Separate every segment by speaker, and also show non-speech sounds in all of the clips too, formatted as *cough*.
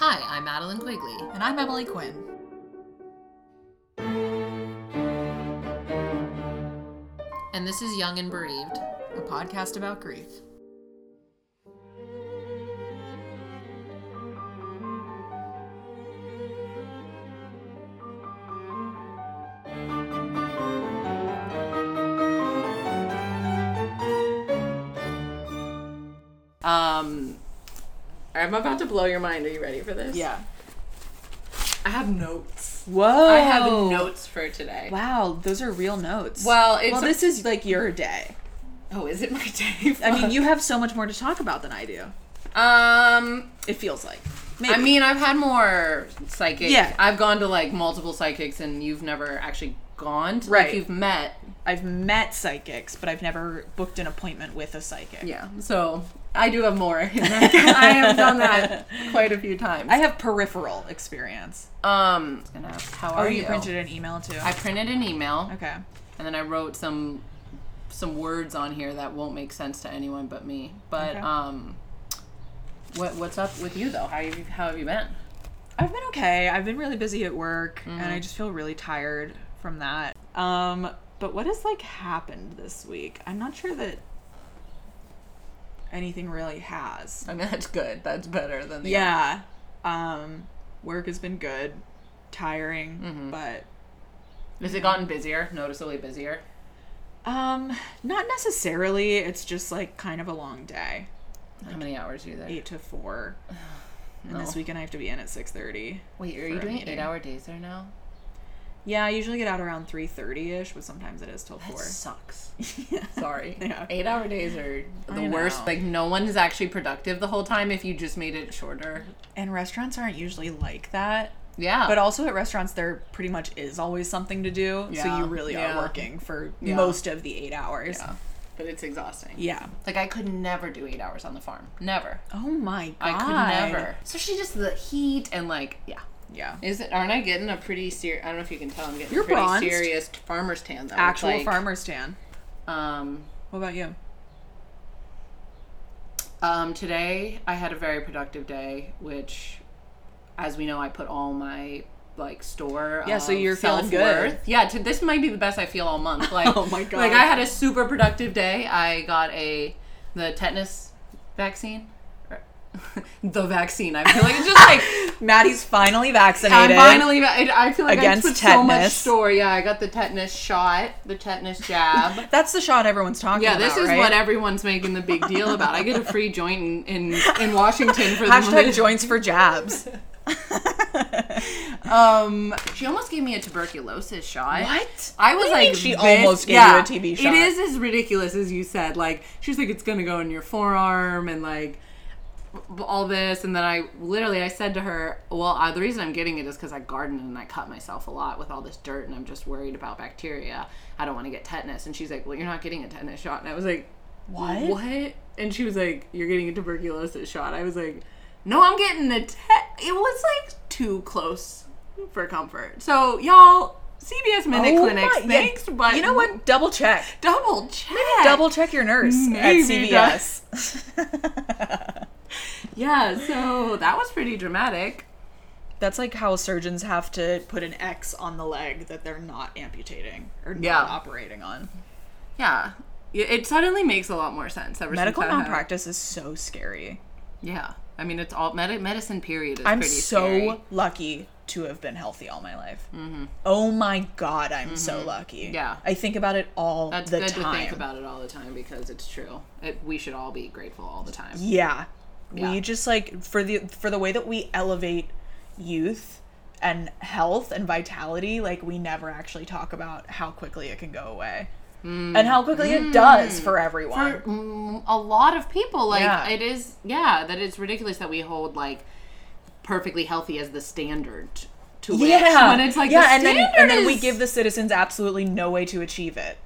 Speaker 1: Hi, I'm Madeline Quigley.
Speaker 2: And I'm Emily Quinn.
Speaker 1: And this is Young and Bereaved.
Speaker 2: a podcast about grief.
Speaker 3: Um, I'm about to blow your mind. Are you ready for this?
Speaker 2: Yeah.
Speaker 3: I have notes.
Speaker 2: Whoa.
Speaker 3: I have notes for today.
Speaker 2: Wow, those are real notes.
Speaker 3: Well, it's
Speaker 2: well, this is like your day.
Speaker 3: oh, is it my *laughs* day?
Speaker 2: I mean, you have so much more to talk about than I do.
Speaker 3: Um,
Speaker 2: It feels like. Maybe.
Speaker 3: I mean, I've had more psychic.
Speaker 2: Yeah.
Speaker 3: I've gone to like multiple psychics, and you've never actually gone. To,
Speaker 2: Right.
Speaker 3: Like, you've met.
Speaker 2: I've met psychics, but I've never booked an appointment with a psychic.
Speaker 3: Yeah. So I do have more. *laughs* I have done *laughs* that quite a few times.
Speaker 2: I have peripheral experience.
Speaker 3: um. I was gonna ask, How are
Speaker 2: oh, you, printed an email too.
Speaker 3: I printed an email.
Speaker 2: okay.
Speaker 3: and then I wrote some some words on here that won't make sense to anyone but me. But
Speaker 2: Okay.
Speaker 3: um, what what's up with you though? How have you how have you been?
Speaker 2: I've been okay. I've been really busy at work and I just feel really tired from that. Um, but what has like happened this week? I'm not sure that anything really has.
Speaker 3: I mean that's good. That's better than the
Speaker 2: Yeah. Um, work has been good, tiring, but
Speaker 3: Has it gotten busier? Noticeably busier.
Speaker 2: um not necessarily. It's just like kind of a long day.
Speaker 3: How many hours are you there?
Speaker 2: 8 to 4. And this
Speaker 3: No.
Speaker 2: weekend I have to be in at 6:30.
Speaker 3: Wait, are
Speaker 2: for
Speaker 3: you
Speaker 2: a
Speaker 3: doing
Speaker 2: meeting.
Speaker 3: eight hour days there now?
Speaker 2: Yeah, I usually get out around 3:30ish, but sometimes it is till
Speaker 3: That
Speaker 2: 4.
Speaker 3: *laughs* sucks.
Speaker 2: *laughs* yeah.
Speaker 3: Sorry.
Speaker 2: Yeah.
Speaker 3: Eight hour days are the
Speaker 2: I
Speaker 3: worst.
Speaker 2: know.
Speaker 3: Like no one is actually productive the whole time if you just made it shorter.
Speaker 2: And restaurants aren't usually like that.
Speaker 3: Yeah.
Speaker 2: But also at restaurants, there pretty much is always something to do. So
Speaker 3: Yeah.
Speaker 2: you really
Speaker 3: Yeah.
Speaker 2: are working for
Speaker 3: Yeah.
Speaker 2: most of the eight hours. Yeah.
Speaker 3: yeah. But it's exhausting. Like I could never do eight hours on the farm. Never.
Speaker 2: Oh my god.
Speaker 3: I could never. Especially just the heat and like, yeah.
Speaker 2: Yeah.
Speaker 3: Is it? Aren't I getting a pretty serious? I don't know if you can tell. I'm getting
Speaker 2: You're
Speaker 3: a pretty
Speaker 2: bronzed.
Speaker 3: serious farmer's tan. Though. It's
Speaker 2: Actual
Speaker 3: like,
Speaker 2: farmer's tan.
Speaker 3: Um,
Speaker 2: What about you?
Speaker 3: um, today I had a very productive day, which, as we know, I put all my like store.
Speaker 2: Yeah, so
Speaker 3: of
Speaker 2: you're feeling good.
Speaker 3: self-worth- Yeah, to, this might be the best I feel all *laughs* month. Like,
Speaker 2: Oh my God.
Speaker 3: Like I had a super productive day. I got a the tetanus vaccine. Or- *laughs* the vaccine. I feel like it's just like
Speaker 2: Maddie's finally
Speaker 3: I'm
Speaker 2: vaccinated.
Speaker 3: finally. I I feel like
Speaker 2: Against
Speaker 3: I put so much
Speaker 2: tetanus.
Speaker 3: store. Yeah, I got the tetanus shot, the tetanus
Speaker 2: *laughs*
Speaker 3: jab.
Speaker 2: That's the shot everyone's talking
Speaker 3: Yeah,
Speaker 2: about.
Speaker 3: this is
Speaker 2: right?
Speaker 3: what everyone's making the big deal about. I get a free joint in in, in Washington for the
Speaker 2: Hashtag joints
Speaker 3: *laughs*
Speaker 2: for jabs. *laughs*
Speaker 3: Um, she almost gave me a tuberculosis shot.
Speaker 2: What?
Speaker 3: I was
Speaker 2: do you
Speaker 3: like,
Speaker 2: mean she
Speaker 3: this-
Speaker 2: almost gave you
Speaker 3: yeah,
Speaker 2: a TB shot?
Speaker 3: It is as ridiculous as you said. Like she's like, it's gonna go in your forearm and like b- all this and then i literally i said to her well uh, the reason i'm getting it is because i garden and i cut myself a lot with all this dirt and i'm just worried about bacteria i don't want to get tetanus and she's like well you're not getting a tetanus shot and i was like
Speaker 2: What?
Speaker 3: what and she was like you're getting a tuberculosis shot i was like no i'm getting a tet it was like too close for comfort so y'all cbs minute
Speaker 2: Oh
Speaker 3: clinics
Speaker 2: my- yeah,
Speaker 3: thanks but
Speaker 2: You know what? Double check.
Speaker 3: double check
Speaker 2: Double check your nurse
Speaker 3: Maybe
Speaker 2: at
Speaker 3: that-
Speaker 2: CVS.
Speaker 3: yeah so that was pretty dramatic
Speaker 2: That's like how surgeons have to put an X on the leg that they're not amputating or not
Speaker 3: Yeah.
Speaker 2: operating on.
Speaker 3: Yeah. Y- It suddenly makes a lot more sense. Ever
Speaker 2: Medical
Speaker 3: since I had-
Speaker 2: malpractice is so scary.
Speaker 3: Yeah. I mean, it's all med- medicine. Period is
Speaker 2: I'm
Speaker 3: pretty
Speaker 2: so
Speaker 3: scary. Mm-hmm.
Speaker 2: lucky to have been healthy all my life. Oh my god, I'm so lucky.
Speaker 3: Yeah.
Speaker 2: I think about it all
Speaker 3: That's
Speaker 2: the
Speaker 3: good
Speaker 2: time.
Speaker 3: to think about it all the time because it's true. It, we should all be grateful all the time.
Speaker 2: Yeah.
Speaker 3: Yeah.
Speaker 2: We just like for the for the way that we elevate youth and health and vitality, like we never actually talk about how quickly it can go away. And how quickly it does for everyone.
Speaker 3: Hmm. For mm, a lot of people, like
Speaker 2: Yeah.
Speaker 3: it is, yeah, that it's ridiculous that we hold like perfectly healthy as the standard. To which,
Speaker 2: yeah
Speaker 3: when it's like
Speaker 2: yeah
Speaker 3: the
Speaker 2: and then and
Speaker 3: standard
Speaker 2: then we
Speaker 3: is-
Speaker 2: give the citizens absolutely no way to achieve it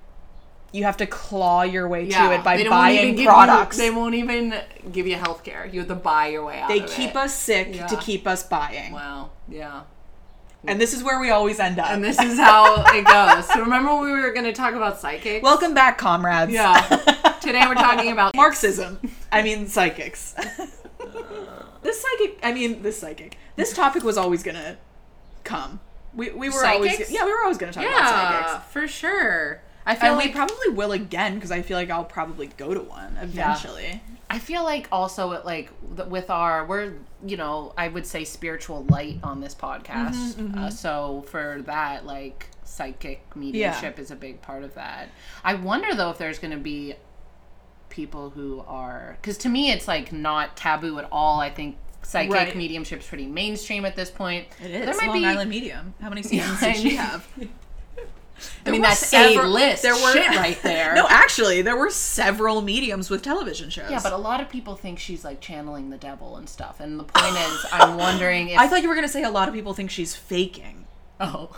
Speaker 2: you have to claw your way to it by
Speaker 3: they don't even
Speaker 2: buying
Speaker 3: give you-
Speaker 2: products
Speaker 3: they won't even give you health care. You have to buy your way out.
Speaker 2: they
Speaker 3: of
Speaker 2: keep
Speaker 3: it.
Speaker 2: us sick to
Speaker 3: Yeah.
Speaker 2: keep us buying
Speaker 3: Wow. Yeah.
Speaker 2: and this is where we always end up
Speaker 3: and this is how it goes. So remember we were going to talk about psychics?
Speaker 2: welcome back comrades *laughs*
Speaker 3: yeah. Today we're talking about
Speaker 2: *laughs* marxism i mean psychics this psychic i mean this psychic this topic was always gonna come we, we were always
Speaker 3: Psychics?
Speaker 2: yeah we were always gonna talk about psychics
Speaker 3: Yeah, for sure. I feel
Speaker 2: and
Speaker 3: like
Speaker 2: we probably will again because i feel like i'll probably go to one eventually
Speaker 3: I feel like also at like th- with our we're you know I would say spiritual light on this podcast.
Speaker 2: Mm-hmm,
Speaker 3: Uh, so for that like psychic mediumship is a big part of that. I wonder though if there's going to be people who are because to me it's like not taboo at all. I think psychic
Speaker 2: Right.
Speaker 3: mediumship's pretty mainstream at this point.
Speaker 2: it is
Speaker 3: There might
Speaker 2: long
Speaker 3: be.
Speaker 2: island medium how many seasons
Speaker 3: I
Speaker 2: did she
Speaker 3: know.
Speaker 2: have
Speaker 3: I mean
Speaker 2: were
Speaker 3: that's a
Speaker 2: several-
Speaker 3: list.
Speaker 2: there *laughs* were-
Speaker 3: shit right there.
Speaker 2: no actually there were several mediums with television shows
Speaker 3: Yeah, but a lot of people think she's like channeling the devil and stuff. And the point is, I'm wondering if
Speaker 2: i thought you were gonna say a lot of people think she's faking
Speaker 3: Oh.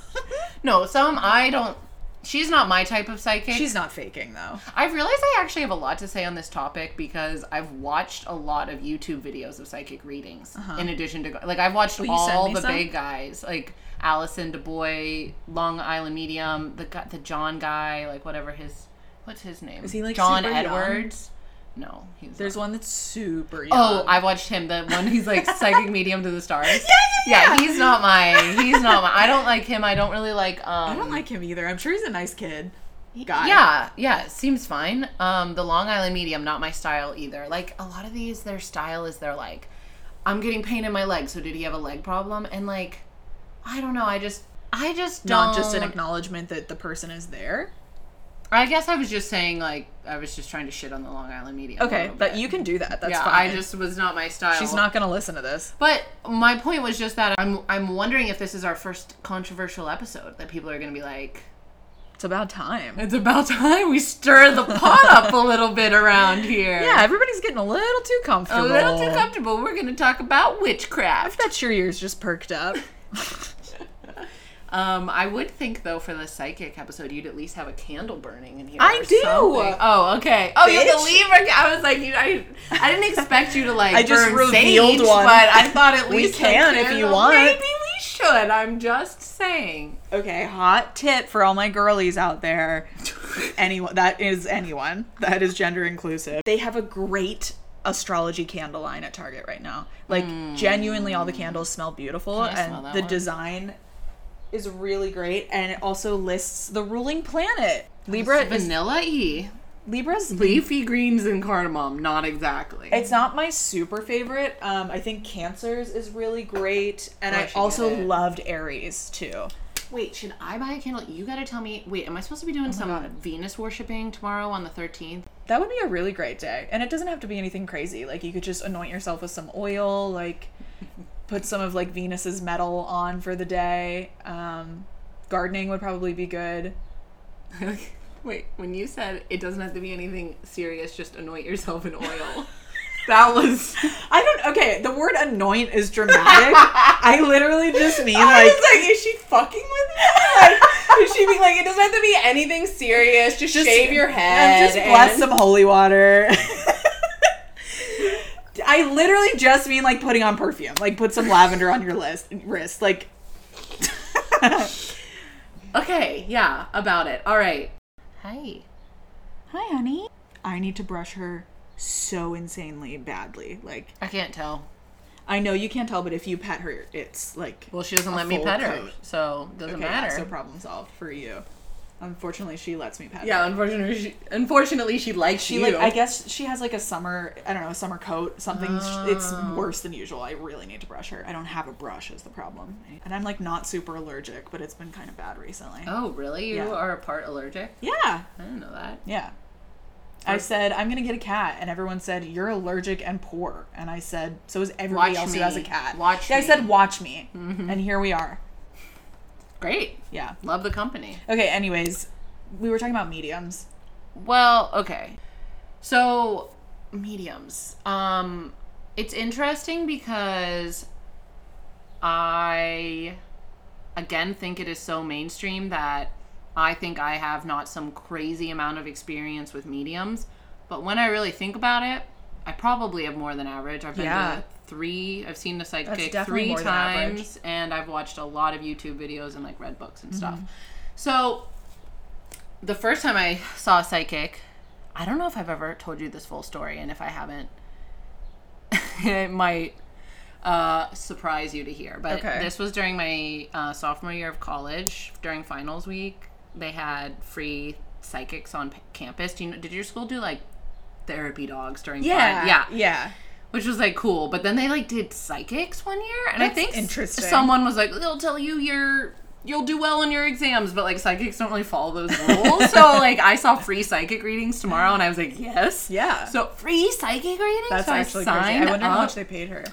Speaker 3: *laughs* no, some I don't. She's not my type of psychic.
Speaker 2: she's not faking though
Speaker 3: I've realized I actually have a lot to say on this topic because I've watched a lot of YouTube videos of psychic readings. In addition to like I've watched
Speaker 2: Uh-huh. you send
Speaker 3: all
Speaker 2: me
Speaker 3: the
Speaker 2: some?
Speaker 3: big guys like Allison DuBois, Long Island Medium, the guy, the John guy, like whatever his what's his name? Is
Speaker 2: he, like,
Speaker 3: John
Speaker 2: super young?
Speaker 3: Edwards? No, he's
Speaker 2: there's one that's super young.
Speaker 3: Oh, I watched him. The one he's
Speaker 2: *laughs*
Speaker 3: like psychic medium to the stars. Yeah,
Speaker 2: Um, yeah, yeah.
Speaker 3: he's not my. He's not my. I don't like him. I don't really like. Um,
Speaker 2: I don't like him either. I'm sure he's a nice kid. Guy.
Speaker 3: Yeah, yeah, it seems fine. Um, the Long Island medium, not my style either. Like a lot of these, their style is they're like, I'm getting pain in my leg. So did he have a leg problem? And like, I don't know. I just, I just don't.
Speaker 2: Not just an acknowledgement that the person is there.
Speaker 3: I guess I was just saying like I was just trying to shit on the Long Island medium. a
Speaker 2: Oh, Okay,
Speaker 3: little
Speaker 2: that
Speaker 3: bit.
Speaker 2: you can do that. That's
Speaker 3: yeah,
Speaker 2: fine.
Speaker 3: I just was not my style.
Speaker 2: She's not gonna listen to this.
Speaker 3: But my point was just that I'm I'm wondering if this is our first controversial episode that people are going to be like,
Speaker 2: It's about time.
Speaker 3: it's about time we stir the pot up a little bit around here.
Speaker 2: yeah, everybody's getting a little too
Speaker 3: a
Speaker 2: comfortable.
Speaker 3: little too comfortable. We're going to talk about
Speaker 2: I
Speaker 3: witchcraft.
Speaker 2: bet your ears just perked up. *laughs*
Speaker 3: Um, I would think though for the psychic episode, you'd at least have a candle burning in here.
Speaker 2: I
Speaker 3: or
Speaker 2: do.
Speaker 3: something. Oh, okay. Oh, you have
Speaker 2: Bitch.
Speaker 3: the lever. I was like, you, I, I didn't expect you to like.
Speaker 2: *laughs* I just
Speaker 3: burn
Speaker 2: revealed
Speaker 3: sage,
Speaker 2: one.
Speaker 3: but I thought at
Speaker 2: We
Speaker 3: least a
Speaker 2: can if you
Speaker 3: candle-
Speaker 2: want.
Speaker 3: Maybe we should. I'm just saying. *laughs*
Speaker 2: okay, hot tip for all my girlies out there. Anyone that is anyone that is gender inclusive. They have a great astrology candle line at Target right now. Like genuinely, all the candles smell beautiful,
Speaker 3: Hmm. I smell
Speaker 2: and
Speaker 3: that
Speaker 2: the
Speaker 3: one?
Speaker 2: design is really great. And it also lists the ruling planet. Libra is
Speaker 3: Vanilla E.
Speaker 2: Libra's
Speaker 3: Leafy greens and cardamom, not exactly.
Speaker 2: It's not my super favorite. Um, I think Cancer's is really great, and
Speaker 3: Oh, I
Speaker 2: I
Speaker 3: should
Speaker 2: also
Speaker 3: get it.
Speaker 2: loved Aries too.
Speaker 3: wait, should I buy a candle? You gotta tell me. Wait, am I supposed to be doing some Venus worshipping tomorrow on the 13th?
Speaker 2: That would be a really great day, and it doesn't have to be anything crazy. Like you could just anoint yourself with some oil, like put some of like Venus's metal on for the day. Um, gardening would probably be good.
Speaker 3: wait, when you said it doesn't have to be anything serious, just anoint yourself in *laughs* oil. that was.
Speaker 2: I don't. Okay, the word anoint
Speaker 4: *laughs*
Speaker 2: is dramatic. I literally just mean like.
Speaker 3: like, is she fucking with me?
Speaker 2: *laughs*
Speaker 4: Is she being like, it doesn't have to be anything serious. Just,
Speaker 2: Just-
Speaker 4: shave your
Speaker 2: I'm
Speaker 4: head.
Speaker 2: just bless
Speaker 4: and-
Speaker 2: some holy water. *laughs* I literally just mean like putting on perfume, like put some lavender on your list, wrist, like. Hi,
Speaker 3: Okay, yeah, about it. All right. Hi.
Speaker 2: honey. I need to brush her so insanely badly. Like
Speaker 3: I can't tell.
Speaker 2: I know you can't tell, but if you pet her, it's like
Speaker 3: Well, she doesn't
Speaker 2: A
Speaker 3: let me
Speaker 2: full
Speaker 3: pet her,
Speaker 2: coat.
Speaker 3: so doesn't
Speaker 2: okay,
Speaker 3: matter.
Speaker 2: yeah, so problem solved for you. Unfortunately, she lets me pet. her.
Speaker 3: yeah, unfortunately, she, unfortunately, she likes
Speaker 2: She
Speaker 3: you.
Speaker 2: like I guess she has like a summer I don't know summer coat something. sh It's
Speaker 3: Ah.
Speaker 2: worse than usual. I really need to brush her. I don't have a brush is the problem, and I'm like not super allergic, but it's been kind of bad recently.
Speaker 3: Oh, really? You
Speaker 2: Yeah.
Speaker 3: are a part allergic?
Speaker 2: Yeah,
Speaker 3: I didn't know that.
Speaker 2: yeah. I said I'm gonna get a cat, and everyone said you're allergic and poor, and I said so is everybody
Speaker 3: Watch
Speaker 2: else
Speaker 3: me.
Speaker 2: who has a cat.
Speaker 3: Watch
Speaker 2: Yeah, I
Speaker 3: me. Mm-hmm.
Speaker 2: said watch me, and here we are.
Speaker 3: Great.
Speaker 2: Yeah.
Speaker 3: Love the company.
Speaker 2: Okay. Anyways, we were talking about mediums.
Speaker 3: Well, okay. So, mediums. Um it's interesting because I again think it is so mainstream that I think I have not some crazy amount of experience with mediums, but when I really think about it, I probably have more than average. I've been
Speaker 2: Yeah.
Speaker 3: to three. I've seen the psychic
Speaker 2: definitely
Speaker 3: three
Speaker 2: more than average.
Speaker 3: times, and I've watched a lot of YouTube videos and like read books
Speaker 2: Mm-hmm.
Speaker 3: and stuff. So the first time I saw a psychic, I don't know if I've ever told you this full story, and if I haven't, *laughs* it might uh, surprise you to hear. But
Speaker 2: Okay.
Speaker 3: this was during my uh, sophomore year of college. During finals week, they had free psychics on p- campus. Do you know, did your school do like therapy dogs during? fin-
Speaker 2: Yeah,
Speaker 3: yeah,
Speaker 2: yeah.
Speaker 3: which was like cool. But then they like did psychics one year, and I
Speaker 2: That's
Speaker 3: think s-
Speaker 2: interesting.
Speaker 3: Someone was like, "They'll tell you your." You'll do well in your exams, but like psychics don't really follow those rules.
Speaker 2: *laughs*
Speaker 3: so like I saw free psychic readings tomorrow, and I was like, yes,
Speaker 2: Yeah.
Speaker 3: So free psychic readings.
Speaker 2: That's
Speaker 3: So I
Speaker 2: actually crazy. I
Speaker 3: signed
Speaker 2: wonder how
Speaker 3: up.
Speaker 2: much they paid her.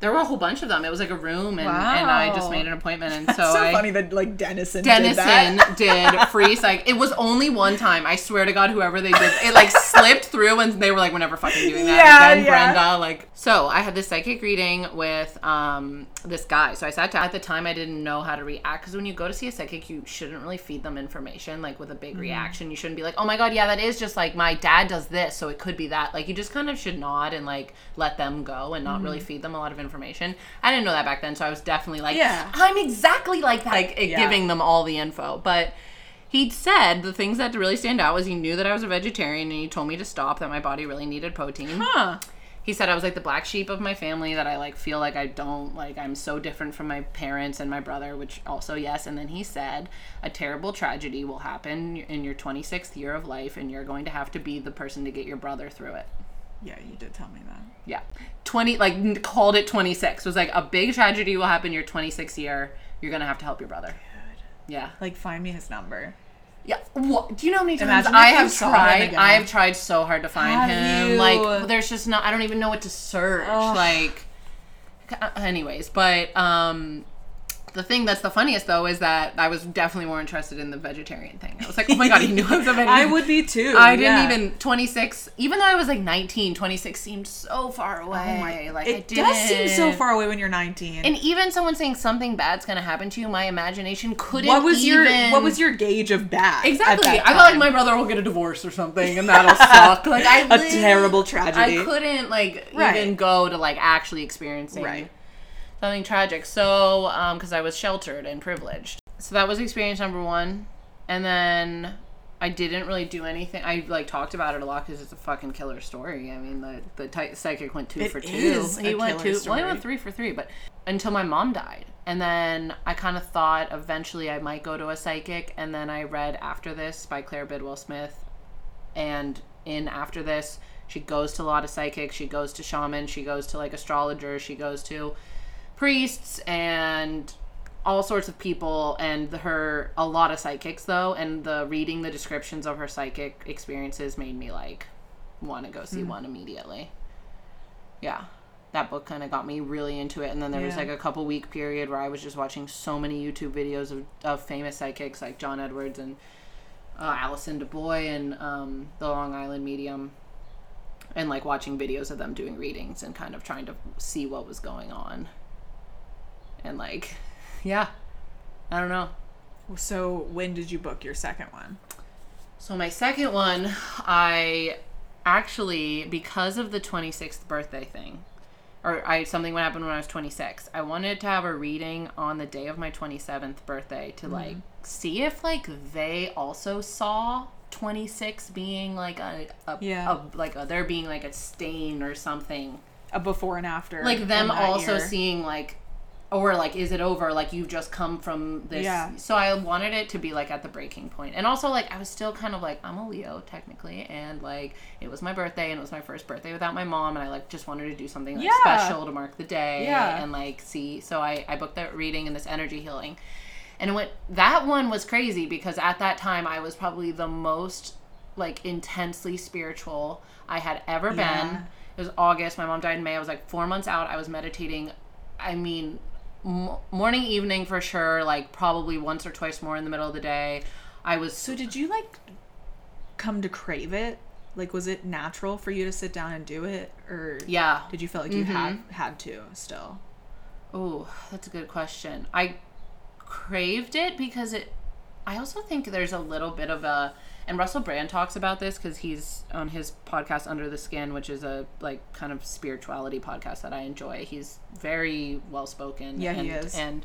Speaker 3: There were a whole bunch of them. It was like a room, and, and I just
Speaker 2: Wow.
Speaker 3: made an appointment.
Speaker 2: *laughs*
Speaker 3: And so,
Speaker 2: It's so
Speaker 3: I
Speaker 2: funny that like Dennison, did
Speaker 3: Dennison
Speaker 2: that.
Speaker 3: did, free psych. It was only one time. I swear to God, whoever they did, it like slipped through, and they were like, "We're never fucking doing that
Speaker 2: Yeah,
Speaker 3: again,
Speaker 2: yeah.
Speaker 3: Brenda." Like, so I had this psychic reading with um this guy. So I sat down. At the time, I didn't know how to react because when you go to see a psychic, you shouldn't really feed them information like with a
Speaker 2: Mm-hmm.
Speaker 3: big reaction. You shouldn't be like, "Oh my God, yeah, that is just like my dad does this, so it could be that." Like, you just kind of should nod and like let them go and not
Speaker 2: Mm-hmm.
Speaker 3: really feed them a lot of information. I didn't know that back then, so I was definitely like,
Speaker 2: Yeah.
Speaker 3: I'm exactly like that. Like it-
Speaker 2: Yeah.
Speaker 3: giving them all the info. But he said the things that really stand out was he knew that I was a vegetarian and he told me to stop that my body really needed protein.
Speaker 2: Huh.
Speaker 3: He said I was like the black sheep of my family that I like feel like I don't like I'm so different from my parents and my brother, which also yes. And then he said a terrible tragedy will happen in your 26th year of life and you're going to have to be the person to get your brother through it.
Speaker 2: Yeah, you did tell me that.
Speaker 3: Yeah. 20, like, n- called it 26. Was like, a big tragedy will happen your 26th year. You're going to have to help your brother. Yeah.
Speaker 2: Like, find me his number.
Speaker 3: Yeah. What? Do you know how many times
Speaker 2: Imagine if
Speaker 3: I
Speaker 2: you
Speaker 3: have
Speaker 2: saw him
Speaker 3: tried?
Speaker 2: again.
Speaker 3: I have tried so hard to find
Speaker 2: Have
Speaker 3: him.
Speaker 2: you?
Speaker 3: Like, there's just not, I don't even know what to search. Like, uh, anyways, but, um, the thing that's the funniest though is that I was definitely more interested in the vegetarian thing. I was like, oh my god, he knew I was a vegetarian.
Speaker 2: *laughs* I would be too.
Speaker 3: I didn't
Speaker 2: yeah.
Speaker 3: even 26. Even though I was like 19, 26 seemed so far away. like I
Speaker 2: Oh It does seem so
Speaker 3: didn't-
Speaker 2: far away when you're 19.
Speaker 3: And even someone saying something bad's gonna happen to you, my imagination couldn't.
Speaker 2: what was your
Speaker 3: even-
Speaker 2: What was your gauge of bad?
Speaker 3: exactly?
Speaker 2: At that
Speaker 3: I thought like
Speaker 2: time?
Speaker 3: my brother will get a divorce or something, and that'll suck. Like I
Speaker 2: *laughs* a
Speaker 3: lit-
Speaker 2: terrible
Speaker 3: I
Speaker 2: tragedy.
Speaker 3: couldn't like
Speaker 2: Right.
Speaker 3: even go to like actually experiencing
Speaker 2: Right.
Speaker 3: something tragic. So um, because I was sheltered and privileged, so that was experience number one, and then. I didn't really do anything. I like talked about it a lot because it's a fucking killer story. I mean, the the ty- psychic went two
Speaker 2: It
Speaker 3: for two.
Speaker 2: is
Speaker 3: he
Speaker 2: a
Speaker 3: went
Speaker 2: killer
Speaker 3: two. Well, he
Speaker 2: story.
Speaker 3: went three for three, but until my mom died, and then I kind of thought eventually I might go to a psychic, and then I read After This by Claire Bidwell Smith, and in after this she goes to a lot of psychics she goes to shamans she goes to like astrologers she goes to priests and all sorts of people and the, her a lot of psychics though and the reading the descriptions of her psychic experiences made me like want to go see one immediately yeah that book kind of got me really into it and then there was
Speaker 2: Yeah.
Speaker 3: like a couple week period where i was just watching so many youtube videos of, of famous psychics like john edwards and uh, Allison DuBois and um, the Long Island Medium, and like watching videos of them doing readings and kind of trying to see what was going on. And like, yeah, I don't know.
Speaker 2: So when did you book your second one?
Speaker 3: So my second one, I actually because of the 26th birthday thing, or I something would happen when I was 26. I wanted to have a reading on the day of my 27th birthday to like see if like they also saw 26 being like a, a,
Speaker 2: Yeah.
Speaker 3: a like a, there being like a stain or something
Speaker 2: A before and after.
Speaker 3: like them
Speaker 2: in that
Speaker 3: also
Speaker 2: year.
Speaker 3: seeing like or like is it over like you've just come from this
Speaker 2: Yeah.
Speaker 3: so i wanted it to be like at the breaking point and also like i was still kind of like i'm a leo technically and like it was my birthday and it was my first birthday without my mom and i like just wanted to do something like
Speaker 2: Yeah.
Speaker 3: special to mark the day
Speaker 2: Yeah.
Speaker 3: and like see so i i booked that reading and this energy healing and what that one was crazy because at that time i was probably the most like intensely spiritual i had ever
Speaker 2: Yeah.
Speaker 3: been it was August. My mom died in May. I was like four months out. I was meditating. I mean, m- morning, evening for sure. Like probably once or twice more in the middle of the day. I was
Speaker 2: So did you like come to crave it? Like was it natural for you to sit down and do it or
Speaker 3: yeah. Mm-hmm.
Speaker 2: did you feel like you had had to still?
Speaker 3: Oh, that's a good question. I craved it because it. I also think there's a little bit of a, and Russell Brand talks about this because he's on his podcast Under the Skin, which is a like kind of spirituality podcast that I enjoy. He's very well spoken.
Speaker 2: Yeah,
Speaker 3: and,
Speaker 2: he is.
Speaker 3: and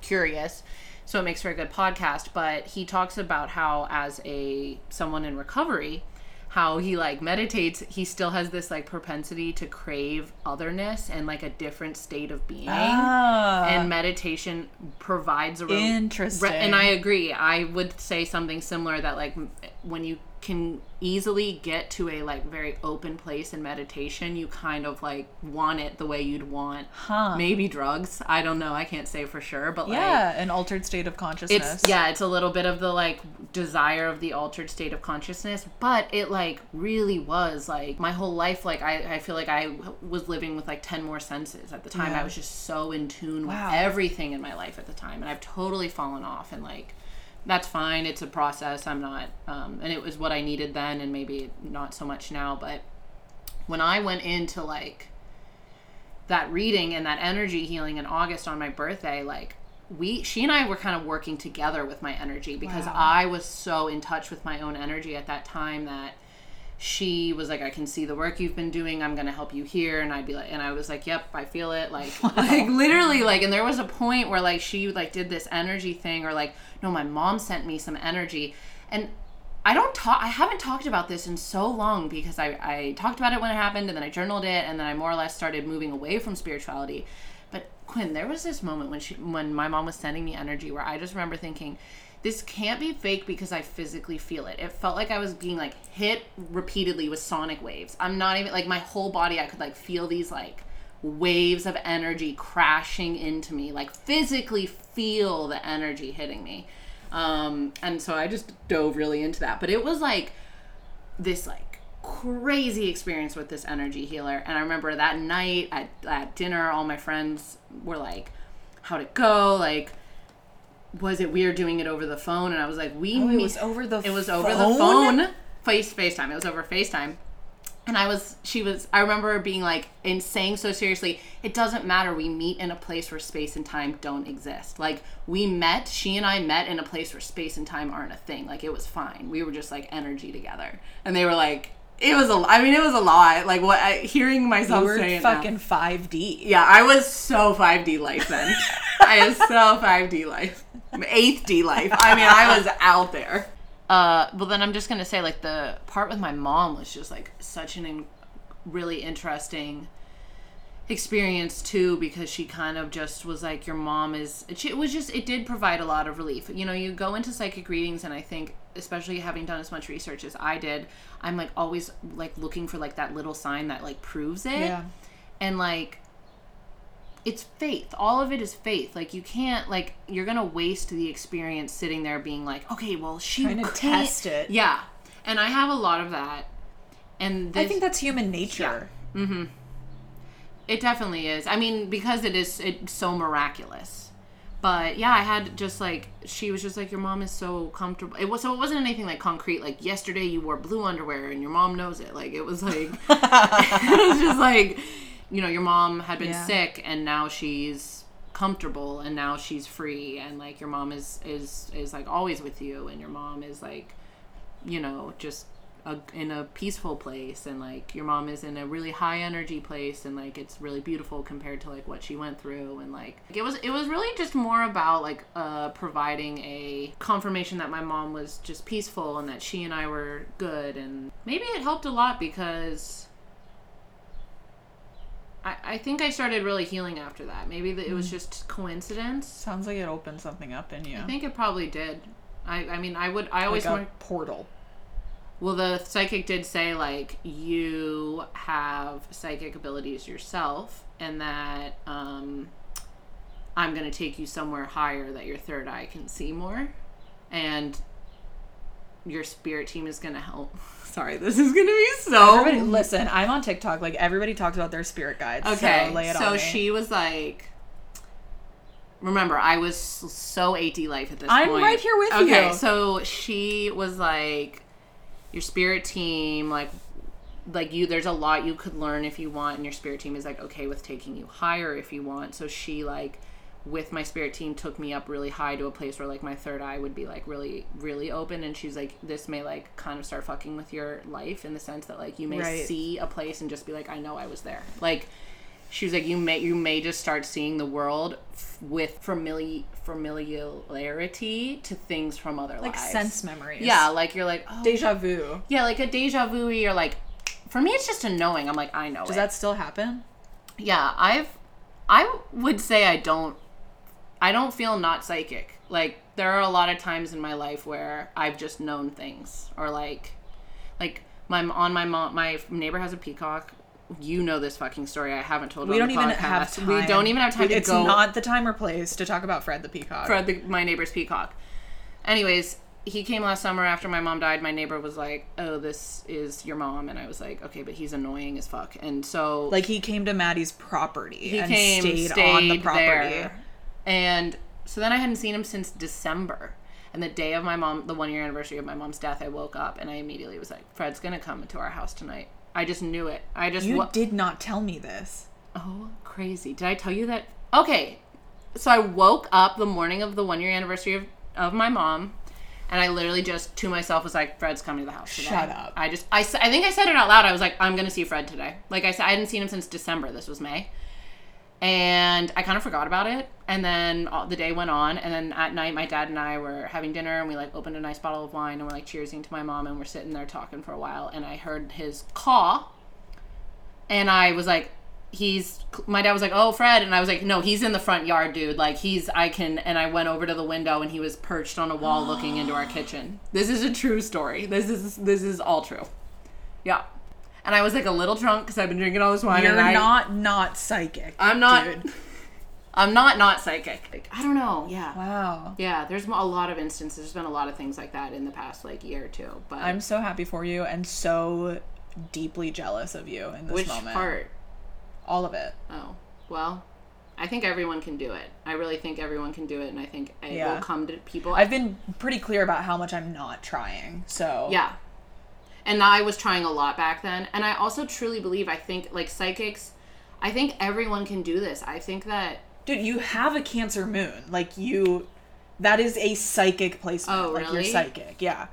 Speaker 3: curious. So it makes for a good podcast. But he talks about how, as a someone in recovery, how he like meditates, he still has this like propensity to crave otherness and like a different state of being.
Speaker 2: Ah,
Speaker 3: and meditation provides a re-
Speaker 2: interesting.
Speaker 3: Re- and I agree. I would say something similar that like m- when you can easily get to a like very open place in meditation, you kind of like want it the way you'd want
Speaker 2: huh.
Speaker 3: maybe drugs. I don't know. I can't say for sure, but like
Speaker 2: yeah, an altered state of consciousness.
Speaker 3: it's yeah, it's a little bit of the like desire of the altered state of consciousness, but it like really was like my whole life. Like I, I feel like I was living with like ten more senses at the time.
Speaker 2: Yeah.
Speaker 3: I was just so in tune
Speaker 2: Wow.
Speaker 3: with everything in my life at the time, and I've totally fallen off. And like that's fine. It's a process. I'm not, um, and it was what I needed then, and maybe not so much now. But when I went into like that reading and that energy healing in August on my birthday, like we she and I were kind of working together with my energy because I was so in touch with my own energy at that time that she was like, I can see the work you've been doing. I'm gonna help you here, and I'd be like, and I was like, yep, I feel it. Like, like literally, like, and there was a point where like she like did this energy thing, or like, no, my mom sent me some energy, and I don't talk. I haven't talked about this in so long because I I talked about it when it happened, and then I journaled it, and then I more or less started moving away from spirituality. But Quinn, there was this moment when she when my mom was sending me energy where I just remember thinking, this can't be fake because I physically feel it. It felt like I was being like hit repeatedly with sonic waves. I'm not even like my whole body I could like feel these like waves of energy crashing into me, like physically feel the energy hitting me. Um and so I just dove really into that. But it was like this like crazy experience with this energy healer and i remember that night at, at dinner all my friends were like how'd it go like was it weird doing it over the phone and i was like we
Speaker 2: Oh, it
Speaker 3: meet-
Speaker 2: was over the
Speaker 3: it was over the phone face facetime it was over facetime and I was, she was, I remember being like, and saying so seriously, it doesn't matter. We meet in a place where space and time don't exist. Like, we met, she and I met in a place where space and time aren't a thing. Like, it was fine. We were just like energy together. And they were like, it was a, I mean, it was a lot. Like, what, I, hearing myself
Speaker 2: You were
Speaker 3: say it.
Speaker 2: fucking
Speaker 3: Now.
Speaker 2: five D.
Speaker 3: Yeah, I was so 5D life *laughs* then. I was so 5D life. Eighth D life. I mean, I was out there. Uh, well, then I'm just gonna say like the part with my mom was just like such an in- really interesting experience too because she kind of just was like your mom is it, she- it was just it did provide a lot of relief you know you go into psychic readings and i think especially having done as much research as i did i'm like always like looking for like that little sign that like proves it
Speaker 2: Yeah.
Speaker 3: and like it's faith all of it is faith like you can't like you're gonna waste the experience sitting there being like okay well she
Speaker 2: Trying to
Speaker 3: can't-
Speaker 2: test it.
Speaker 3: yeah and i have a lot of that and this,
Speaker 2: I think that's human nature.
Speaker 3: it definitely is. I mean, because it is it's so miraculous. But yeah, I had just like she was just like your mom is so comfortable. It was so it wasn't anything like concrete. Like yesterday you wore blue underwear and your mom knows it. Like it was like *laughs* it was just like you know your mom had been
Speaker 2: Yeah.
Speaker 3: sick and now she's comfortable and now she's free and like your mom is is is like always with you and your mom is like you know, just a, in a peaceful place, and like your mom is in a really high energy place, and like it's really beautiful compared to like what she went through, and like it was it was really just more about like uh, providing a confirmation that my mom was just peaceful and that she and I were good, and maybe it helped a lot because. I, I think I started really healing after that. Maybe that it
Speaker 2: Mm.
Speaker 3: was just coincidence.
Speaker 2: Sounds like it opened something up in you.
Speaker 3: I think it probably did. I, I mean, I would. I always
Speaker 2: like a
Speaker 3: wanted-
Speaker 2: portal.
Speaker 3: well, the psychic did say like you have psychic abilities yourself, and that um, I'm going to take you somewhere higher that your third eye can see more, and your spirit team is going to help. *laughs* Sorry, this is going to be so.
Speaker 2: Everybody, listen, I'm on TikTok. Like everybody talks about their spirit guides.
Speaker 3: Okay,
Speaker 2: so, lay it
Speaker 3: so
Speaker 2: on me.
Speaker 3: she was like. Remember, I was so AD life at this
Speaker 2: I'm
Speaker 3: point.
Speaker 2: right here with
Speaker 3: Okay,
Speaker 2: you.
Speaker 3: so she was like, your spirit team, like, like you, there's a lot you could learn if you want, and your spirit team is like okay with taking you higher if you want. So she like, with my spirit team, took me up really high to a place where like my third eye would be like really, really open, and she's like, this may like kind of start fucking with your life in the sense that like you may
Speaker 2: Right.
Speaker 3: see a place and just be like, I know I was there, like she was like, you may you may just start seeing the world f- with famili- familiarity to things from other
Speaker 2: like
Speaker 3: lives.
Speaker 2: sense memories.
Speaker 3: Yeah, like you're like, oh,
Speaker 2: Deja vu.
Speaker 3: yeah, like a deja vu. You're like, for me, it's just a knowing. I'm like, I know
Speaker 2: Does
Speaker 3: it.
Speaker 2: that still happen?
Speaker 3: Yeah, I've I would say I don't I don't feel not psychic. Like there are a lot of times in my life where I've just known things or like like my on my mom my neighbor has a peacock. You know this fucking story. I haven't told. it
Speaker 2: We
Speaker 3: on
Speaker 2: don't
Speaker 3: the
Speaker 2: even
Speaker 3: podcast.
Speaker 2: have time.
Speaker 3: We don't even have time to
Speaker 2: It's
Speaker 3: go
Speaker 2: not the time or place to talk about Fred the Peacock.
Speaker 3: for the, my neighbor's peacock. Anyways, he came last summer after my mom died. My neighbor was like, "Oh, this is your mom," and I was like, "Okay, but he's annoying as fuck." And so
Speaker 2: Like he came to Maddie's property
Speaker 3: he
Speaker 2: and
Speaker 3: came,
Speaker 2: stayed,
Speaker 3: stayed,
Speaker 2: on the property.
Speaker 3: there. And so then I hadn't seen him since December. And the day of my mom, the one year anniversary of my mom's death, I woke up and I immediately was like, Fred's gonna come to our house tonight. I just knew it. I just
Speaker 2: You
Speaker 3: wa-
Speaker 2: did not tell me this.
Speaker 3: oh crazy. Did I tell you that? Okay, so I woke up the morning of the one year anniversary of, of my mom, and I literally just to myself was like, Fred's coming to the house today.
Speaker 2: Shut up.
Speaker 3: I just, I, s- I think I said it out loud. I was like, I'm going to see Fred today. Like I said, I hadn't seen him since December. This was May. And I kind of forgot about it. And then all, the day went on. And then at night, my dad and I were having dinner and we like opened a nice bottle of wine and we're like cheersing to my mom and we're sitting there talking for a while. And I heard his caw. And I was like, he's my dad was like oh fred and i was like no he's in the front yard dude like he's i can and i went over to the window and he was perched on a wall looking into our kitchen this is a true story this is this is all true yeah and i was like a little drunk because i've been drinking all this wine
Speaker 2: You're
Speaker 3: and I,
Speaker 2: not not psychic.
Speaker 3: i'm not
Speaker 2: dude.
Speaker 3: i'm not not psychic Like, i don't know yeah
Speaker 2: Wow.
Speaker 3: yeah there's a lot of instances there's been a lot of things like that in the past like year or two but
Speaker 2: I'm so happy for you and so deeply jealous of you in this
Speaker 3: which
Speaker 2: moment.
Speaker 3: part
Speaker 2: All of it.
Speaker 3: Oh, well, I think everyone can do it. I really think everyone can do it, and I think it
Speaker 2: Yeah.
Speaker 3: will come to people.
Speaker 2: I've been pretty clear about how much I'm not trying. So
Speaker 3: yeah. And I was trying a lot back then. And I also truly believe, I think, like psychics, I think everyone can do this. I think that,
Speaker 2: dude, you have a Cancer moon. Like you, that is a psychic placement.
Speaker 3: Oh,
Speaker 2: Like
Speaker 3: really? Oh.
Speaker 2: you're psychic. Yeah.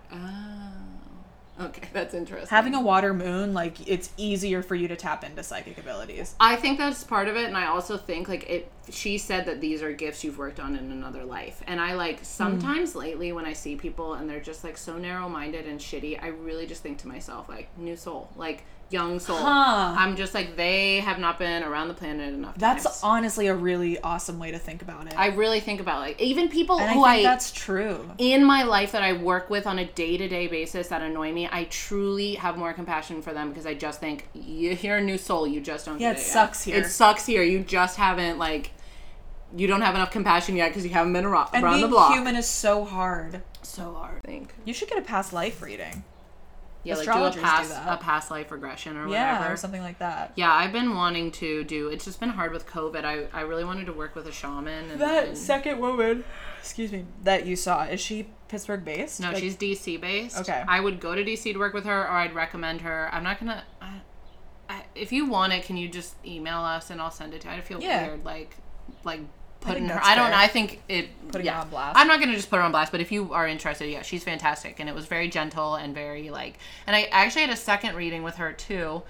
Speaker 3: okay, *laughs* that's interesting.
Speaker 2: Having a water moon, like it's easier for you to tap into psychic abilities.
Speaker 3: I think that's part of it, and I also think like it. She said that these are gifts you've worked on in another life, and I
Speaker 2: Hmm.
Speaker 3: like sometimes lately when I see people and they're just like so narrow-minded and shitty, I really just think to myself like new soul, like young soul.
Speaker 2: Huh.
Speaker 3: I'm just like they have not been around the planet enough.
Speaker 2: That's
Speaker 3: times.
Speaker 2: honestly a really awesome way to think about it.
Speaker 3: I really think about like even people
Speaker 2: and I
Speaker 3: who
Speaker 2: think
Speaker 3: I
Speaker 2: that's true.
Speaker 3: in my life that I work with on a day to day basis that annoy me, I truly have more compassion for them because I just think you, you're a new soul. You just don't.
Speaker 2: Yeah,
Speaker 3: get
Speaker 2: it
Speaker 3: it yet.
Speaker 2: sucks here.
Speaker 3: It sucks here. You just haven't like, you don't have enough compassion yet because you haven't been around,
Speaker 2: And
Speaker 3: around
Speaker 2: being
Speaker 3: the block.
Speaker 2: human is so hard.
Speaker 3: so hard. I think.
Speaker 2: You should get a past life reading.
Speaker 3: Yeah, like do a
Speaker 2: Astrologers do
Speaker 3: past
Speaker 2: that.
Speaker 3: a past life regression or whatever.
Speaker 2: Yeah, or something like that.
Speaker 3: Yeah, I've been wanting to do. It's just been hard with COVID. I, I really wanted to work with a shaman. And,
Speaker 2: That
Speaker 3: and-
Speaker 2: second woman, excuse me, that you saw, is she Pittsburgh based?
Speaker 3: No,
Speaker 2: Like,
Speaker 3: she's DC based.
Speaker 2: Okay.
Speaker 3: I would go to DC to work with her, or I'd recommend her. I'm not gonna. I, I, if you want it, can you just email us and I'll send it to you? I feel
Speaker 2: Yeah.
Speaker 3: weird, like, like putting her.
Speaker 2: that's
Speaker 3: I don't.
Speaker 2: fair.
Speaker 3: I think it.
Speaker 2: Putting
Speaker 3: yeah.
Speaker 2: her on blast.
Speaker 3: I'm not gonna just put her on blast, but if you are interested, yeah, she's fantastic, and it was very gentle and very like. And I actually had a second reading with her too,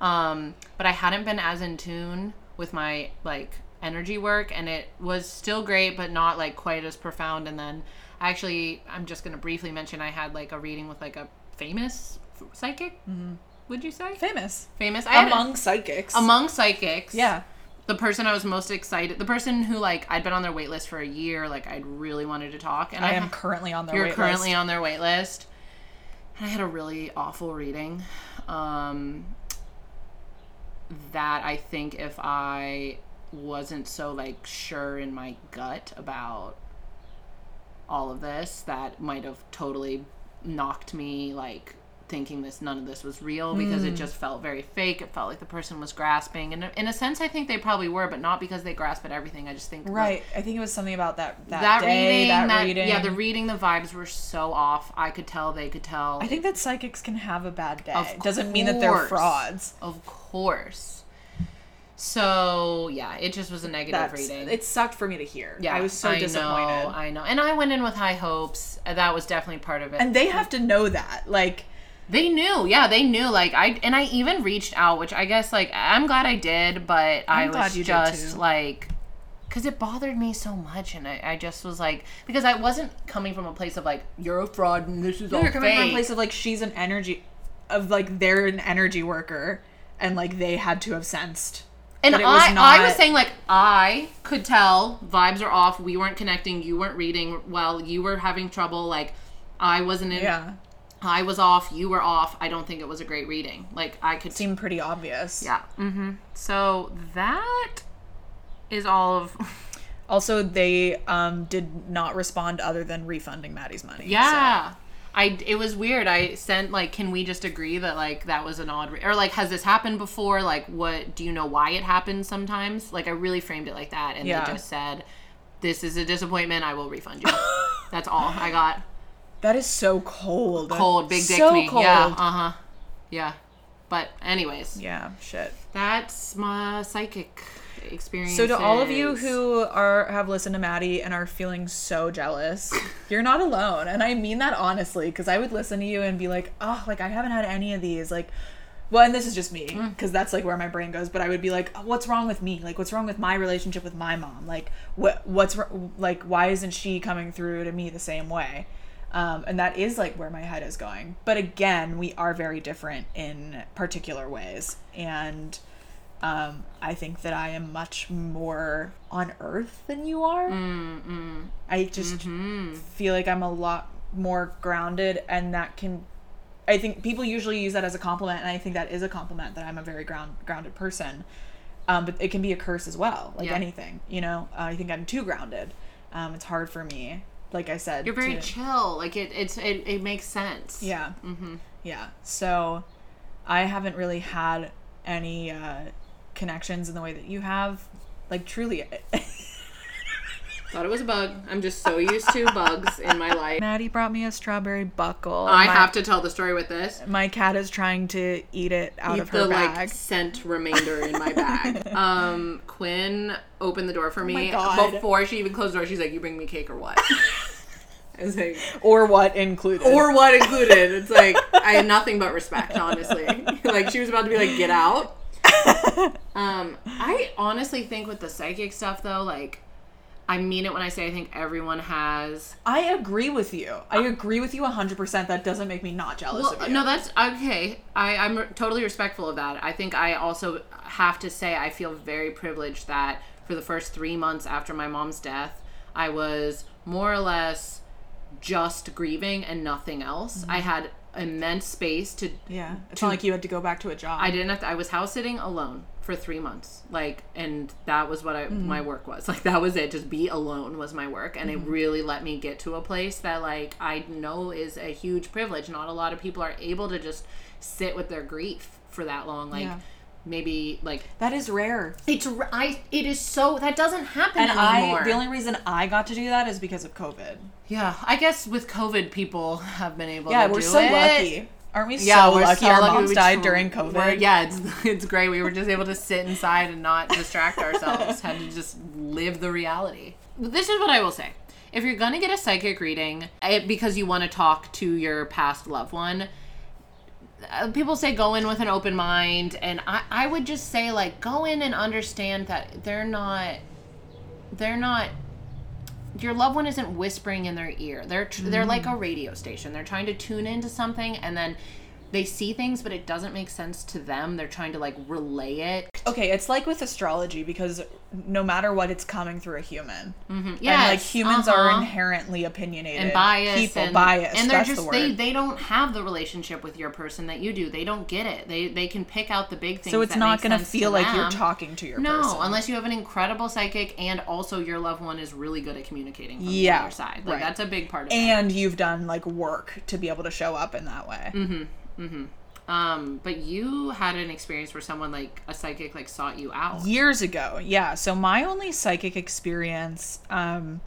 Speaker 3: um, but I hadn't been as in tune with my like energy work, and it was still great, but not like quite as profound. And then I actually, I'm just gonna briefly mention I had like a reading with like a famous f- psychic.
Speaker 2: Mm-hmm.
Speaker 3: Would you say
Speaker 2: famous
Speaker 3: famous? I had a-
Speaker 2: among psychics.
Speaker 3: among psychics
Speaker 2: yeah,
Speaker 3: the person I was most excited, the person who like I'd been on their wait list for a year, like I'd really wanted to talk, and I,
Speaker 2: I am currently on their.
Speaker 3: You're
Speaker 2: wait
Speaker 3: currently
Speaker 2: list.
Speaker 3: on their wait list, and I had a really awful reading. Um, that I think if I wasn't so like sure in my gut about all of this, that might have totally knocked me like thinking this none of this was real because
Speaker 2: Hmm.
Speaker 3: it just felt very fake. It felt like the person was grasping, and in a sense, I think they probably were, but not because they grasped at everything. I just think like,
Speaker 2: Right, I think it was something about that that,
Speaker 3: that
Speaker 2: day,
Speaker 3: reading,
Speaker 2: that,
Speaker 3: that,
Speaker 2: reading.
Speaker 3: yeah, the reading, the vibes were so off. I could tell, they could tell.
Speaker 2: I think that psychics can have a bad day.
Speaker 3: Of
Speaker 2: It Doesn't mean that they're
Speaker 3: course.
Speaker 2: frauds.
Speaker 3: of course. So yeah, it just was a negative
Speaker 2: That's
Speaker 3: reading.
Speaker 2: it sucked for me to hear.
Speaker 3: yeah,
Speaker 2: I was so disappointed.
Speaker 3: Know, I know, and I went in with high hopes. Uh, That was definitely part of it.
Speaker 2: and they have to know that, like.
Speaker 3: They knew, yeah, they knew. Like I and I even reached out, which I guess like I'm glad I did, but i
Speaker 2: I'm glad
Speaker 3: was
Speaker 2: you did,
Speaker 3: just
Speaker 2: too.
Speaker 3: like because it bothered me so much, and I, I just was like, because I wasn't coming from a place of like you're a fraud and this is all
Speaker 2: You're coming
Speaker 3: fake.
Speaker 2: from a place of like she's an energy, of like they're an energy worker, and like they had to have sensed.
Speaker 3: and I,
Speaker 2: but it was
Speaker 3: I was
Speaker 2: not-
Speaker 3: saying like I could tell vibes are off. We weren't connecting. You weren't reading well. You were having trouble. Like I wasn't in.
Speaker 2: Yeah,
Speaker 3: I was off. You were off. I don't think it was a great reading. Like I could
Speaker 2: seemed pretty obvious.
Speaker 3: Yeah. Mm-hmm. So that is all
Speaker 2: *laughs*
Speaker 3: of.
Speaker 2: Also, they um did not respond other than refunding Maddie's money. so-
Speaker 3: Yeah. I it was weird. I sent like, can we just agree that like that was an odd re- or like has this happened before? Like, what do you know why it happens sometimes? Like, I really framed it like that, and
Speaker 2: Yeah.
Speaker 3: they just said, "This is a disappointment. I will refund you."
Speaker 2: *laughs*
Speaker 3: That's all I got.
Speaker 2: that is so cold.
Speaker 3: Cold, big dick
Speaker 2: so
Speaker 3: me.
Speaker 2: Cold.
Speaker 3: Yeah. Uh huh. Yeah. But anyways,
Speaker 2: Yeah, Shit.
Speaker 3: that's my psychic experience.
Speaker 2: So to all of you who are have listened to Maddie and are feeling so jealous, you're not alone, and I mean that honestly because I would listen to you and be like, oh, like I haven't had any of these, like. Well, and this is just me because that's like where my brain goes. But I would be like, oh, "What's wrong with me? Like, what's wrong with my relationship with my mom? Like, what, what's wr- like, why isn't she coming through to me the same way?" Um, and that is like where my head is going. But again, we are very different in particular ways, and um, I think that I am much more on earth than you are.
Speaker 3: Mm-hmm.
Speaker 2: I just feel like I'm a lot more grounded, and that can. I think people usually use that as a compliment, and I think that is a compliment that I'm a very ground grounded person. Um, but it can be a curse as well, like
Speaker 3: Yeah.
Speaker 2: anything. You know, uh, I think I'm too grounded. Um, it's hard for me, like I said.
Speaker 3: You're very
Speaker 2: to-
Speaker 3: chill. Like it, it's it, it makes sense.
Speaker 2: yeah.
Speaker 3: Mm-hmm.
Speaker 2: Yeah. So I haven't really had any uh, connections in the way that you have. Like, truly. *laughs*
Speaker 3: Thought it was a bug. I'm just so used to bugs in my
Speaker 2: *laughs*
Speaker 3: life.
Speaker 2: Maddie brought me a strawberry buckle.
Speaker 3: I
Speaker 2: my,
Speaker 3: have to tell the story with this.
Speaker 2: My cat is trying to eat it out of her
Speaker 3: the
Speaker 2: bag.
Speaker 3: like scent remainder in my
Speaker 2: *laughs*
Speaker 3: bag. um, Quinn opened the door for me
Speaker 2: Oh God.
Speaker 3: before she even closed the door. She's like, "You bring me cake or
Speaker 2: *laughs*
Speaker 3: what?" I was like,
Speaker 2: or what
Speaker 3: *laughs*
Speaker 2: included.
Speaker 3: "Or what included?" It's like I had nothing but respect, honestly. *laughs* like she was about to be like, "Get out." Um, I honestly think with the psychic stuff though, like, I mean it when I say I think everyone has
Speaker 2: I agree with you. I agree with you 100%. That doesn't make me not jealous
Speaker 3: Well,
Speaker 2: of you.
Speaker 3: no, that's okay. I, I'm re- totally respectful of that. I think I also have to say I feel very privileged that for the first three months after my mom's death, I was more or less just grieving and nothing else. I had immense space to.
Speaker 2: yeah. It's not like you had to go back to a job.
Speaker 3: I didn't have to. I was house sitting alone for three months, like, and that was what I my work was. *laughs* Like that was it. Just be alone was my work, and it really let me get to a place that like I know is a huge privilege. Not a lot of people are able to just sit with their grief for that long. Like
Speaker 2: Yeah.
Speaker 3: maybe like
Speaker 2: That is rare.
Speaker 3: it's r- I it is so that doesn't happen
Speaker 2: And
Speaker 3: anymore.
Speaker 2: I, the only reason I got to do that is because of COVID.
Speaker 3: yeah, I guess with COVID, people have been able.
Speaker 2: Yeah,
Speaker 3: to
Speaker 2: we're
Speaker 3: do
Speaker 2: so
Speaker 3: it.
Speaker 2: lucky. Aren't we
Speaker 3: Yeah,
Speaker 2: so
Speaker 3: we're
Speaker 2: lucky
Speaker 3: so
Speaker 2: our
Speaker 3: lucky
Speaker 2: moms
Speaker 3: we
Speaker 2: died
Speaker 3: tr-
Speaker 2: during
Speaker 3: we're-
Speaker 2: COVID?
Speaker 3: yeah, it's *laughs* it's great. We were just able to sit inside and not distract ourselves. Had to just live the reality. This is what I will say. If you're gonna get a psychic reading it, because you want to talk to your past loved one, uh, people say go in with an open mind, and I I would just say like go in and understand that they're not they're not your loved one isn't whispering in their ear. They're tr- they're like
Speaker 2: Mm.
Speaker 3: a radio station. They're trying to tune into something and then they see things but it doesn't make sense to them. They're trying to like relay it.
Speaker 2: Okay, it's like with astrology because no matter what, it's coming through a human.
Speaker 3: Yeah,
Speaker 2: and like humans are inherently opinionated
Speaker 3: Mm-hmm. uh-huh. and biased
Speaker 2: people
Speaker 3: and,
Speaker 2: biased.
Speaker 3: and they're
Speaker 2: that's
Speaker 3: just
Speaker 2: the word.
Speaker 3: they they don't have the relationship with your person that you do. They don't get it. They they can pick out the big things
Speaker 2: so it's
Speaker 3: that
Speaker 2: not
Speaker 3: make
Speaker 2: gonna
Speaker 3: sense
Speaker 2: feel
Speaker 3: to
Speaker 2: like you're
Speaker 3: them.
Speaker 2: talking to your
Speaker 3: No,
Speaker 2: person.
Speaker 3: unless you have an incredible psychic and also your loved one is really good at communicating from
Speaker 2: Yeah,
Speaker 3: the other side. Like
Speaker 2: right.
Speaker 3: that's a big part of it.
Speaker 2: and you've done like work to be able to show up in that way.
Speaker 3: Mm-hmm. Um, but you had an experience where someone like a psychic like sought you out.
Speaker 2: years ago yeah so my only psychic experience um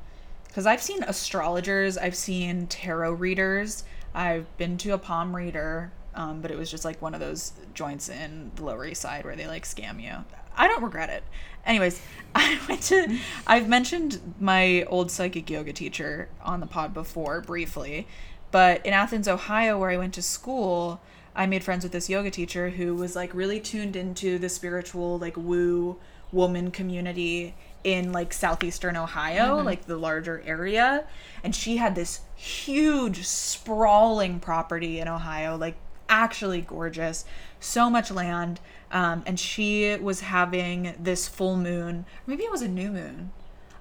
Speaker 2: because i've seen astrologers i've seen tarot readers i've been to a palm reader um, but it was just like one of those joints in the lower east side where they like scam you i don't regret it anyways *laughs* i went to i've mentioned my old psychic yoga teacher on the pod before briefly But in Athens, Ohio, where I went to school, I made friends with this yoga teacher who was like really tuned into the spiritual, like woo woman community in like southeastern Ohio, like the larger area. And she had this huge, sprawling property in Ohio, like actually gorgeous, so much land. Um, and she was having this full moon, maybe it was a new moon.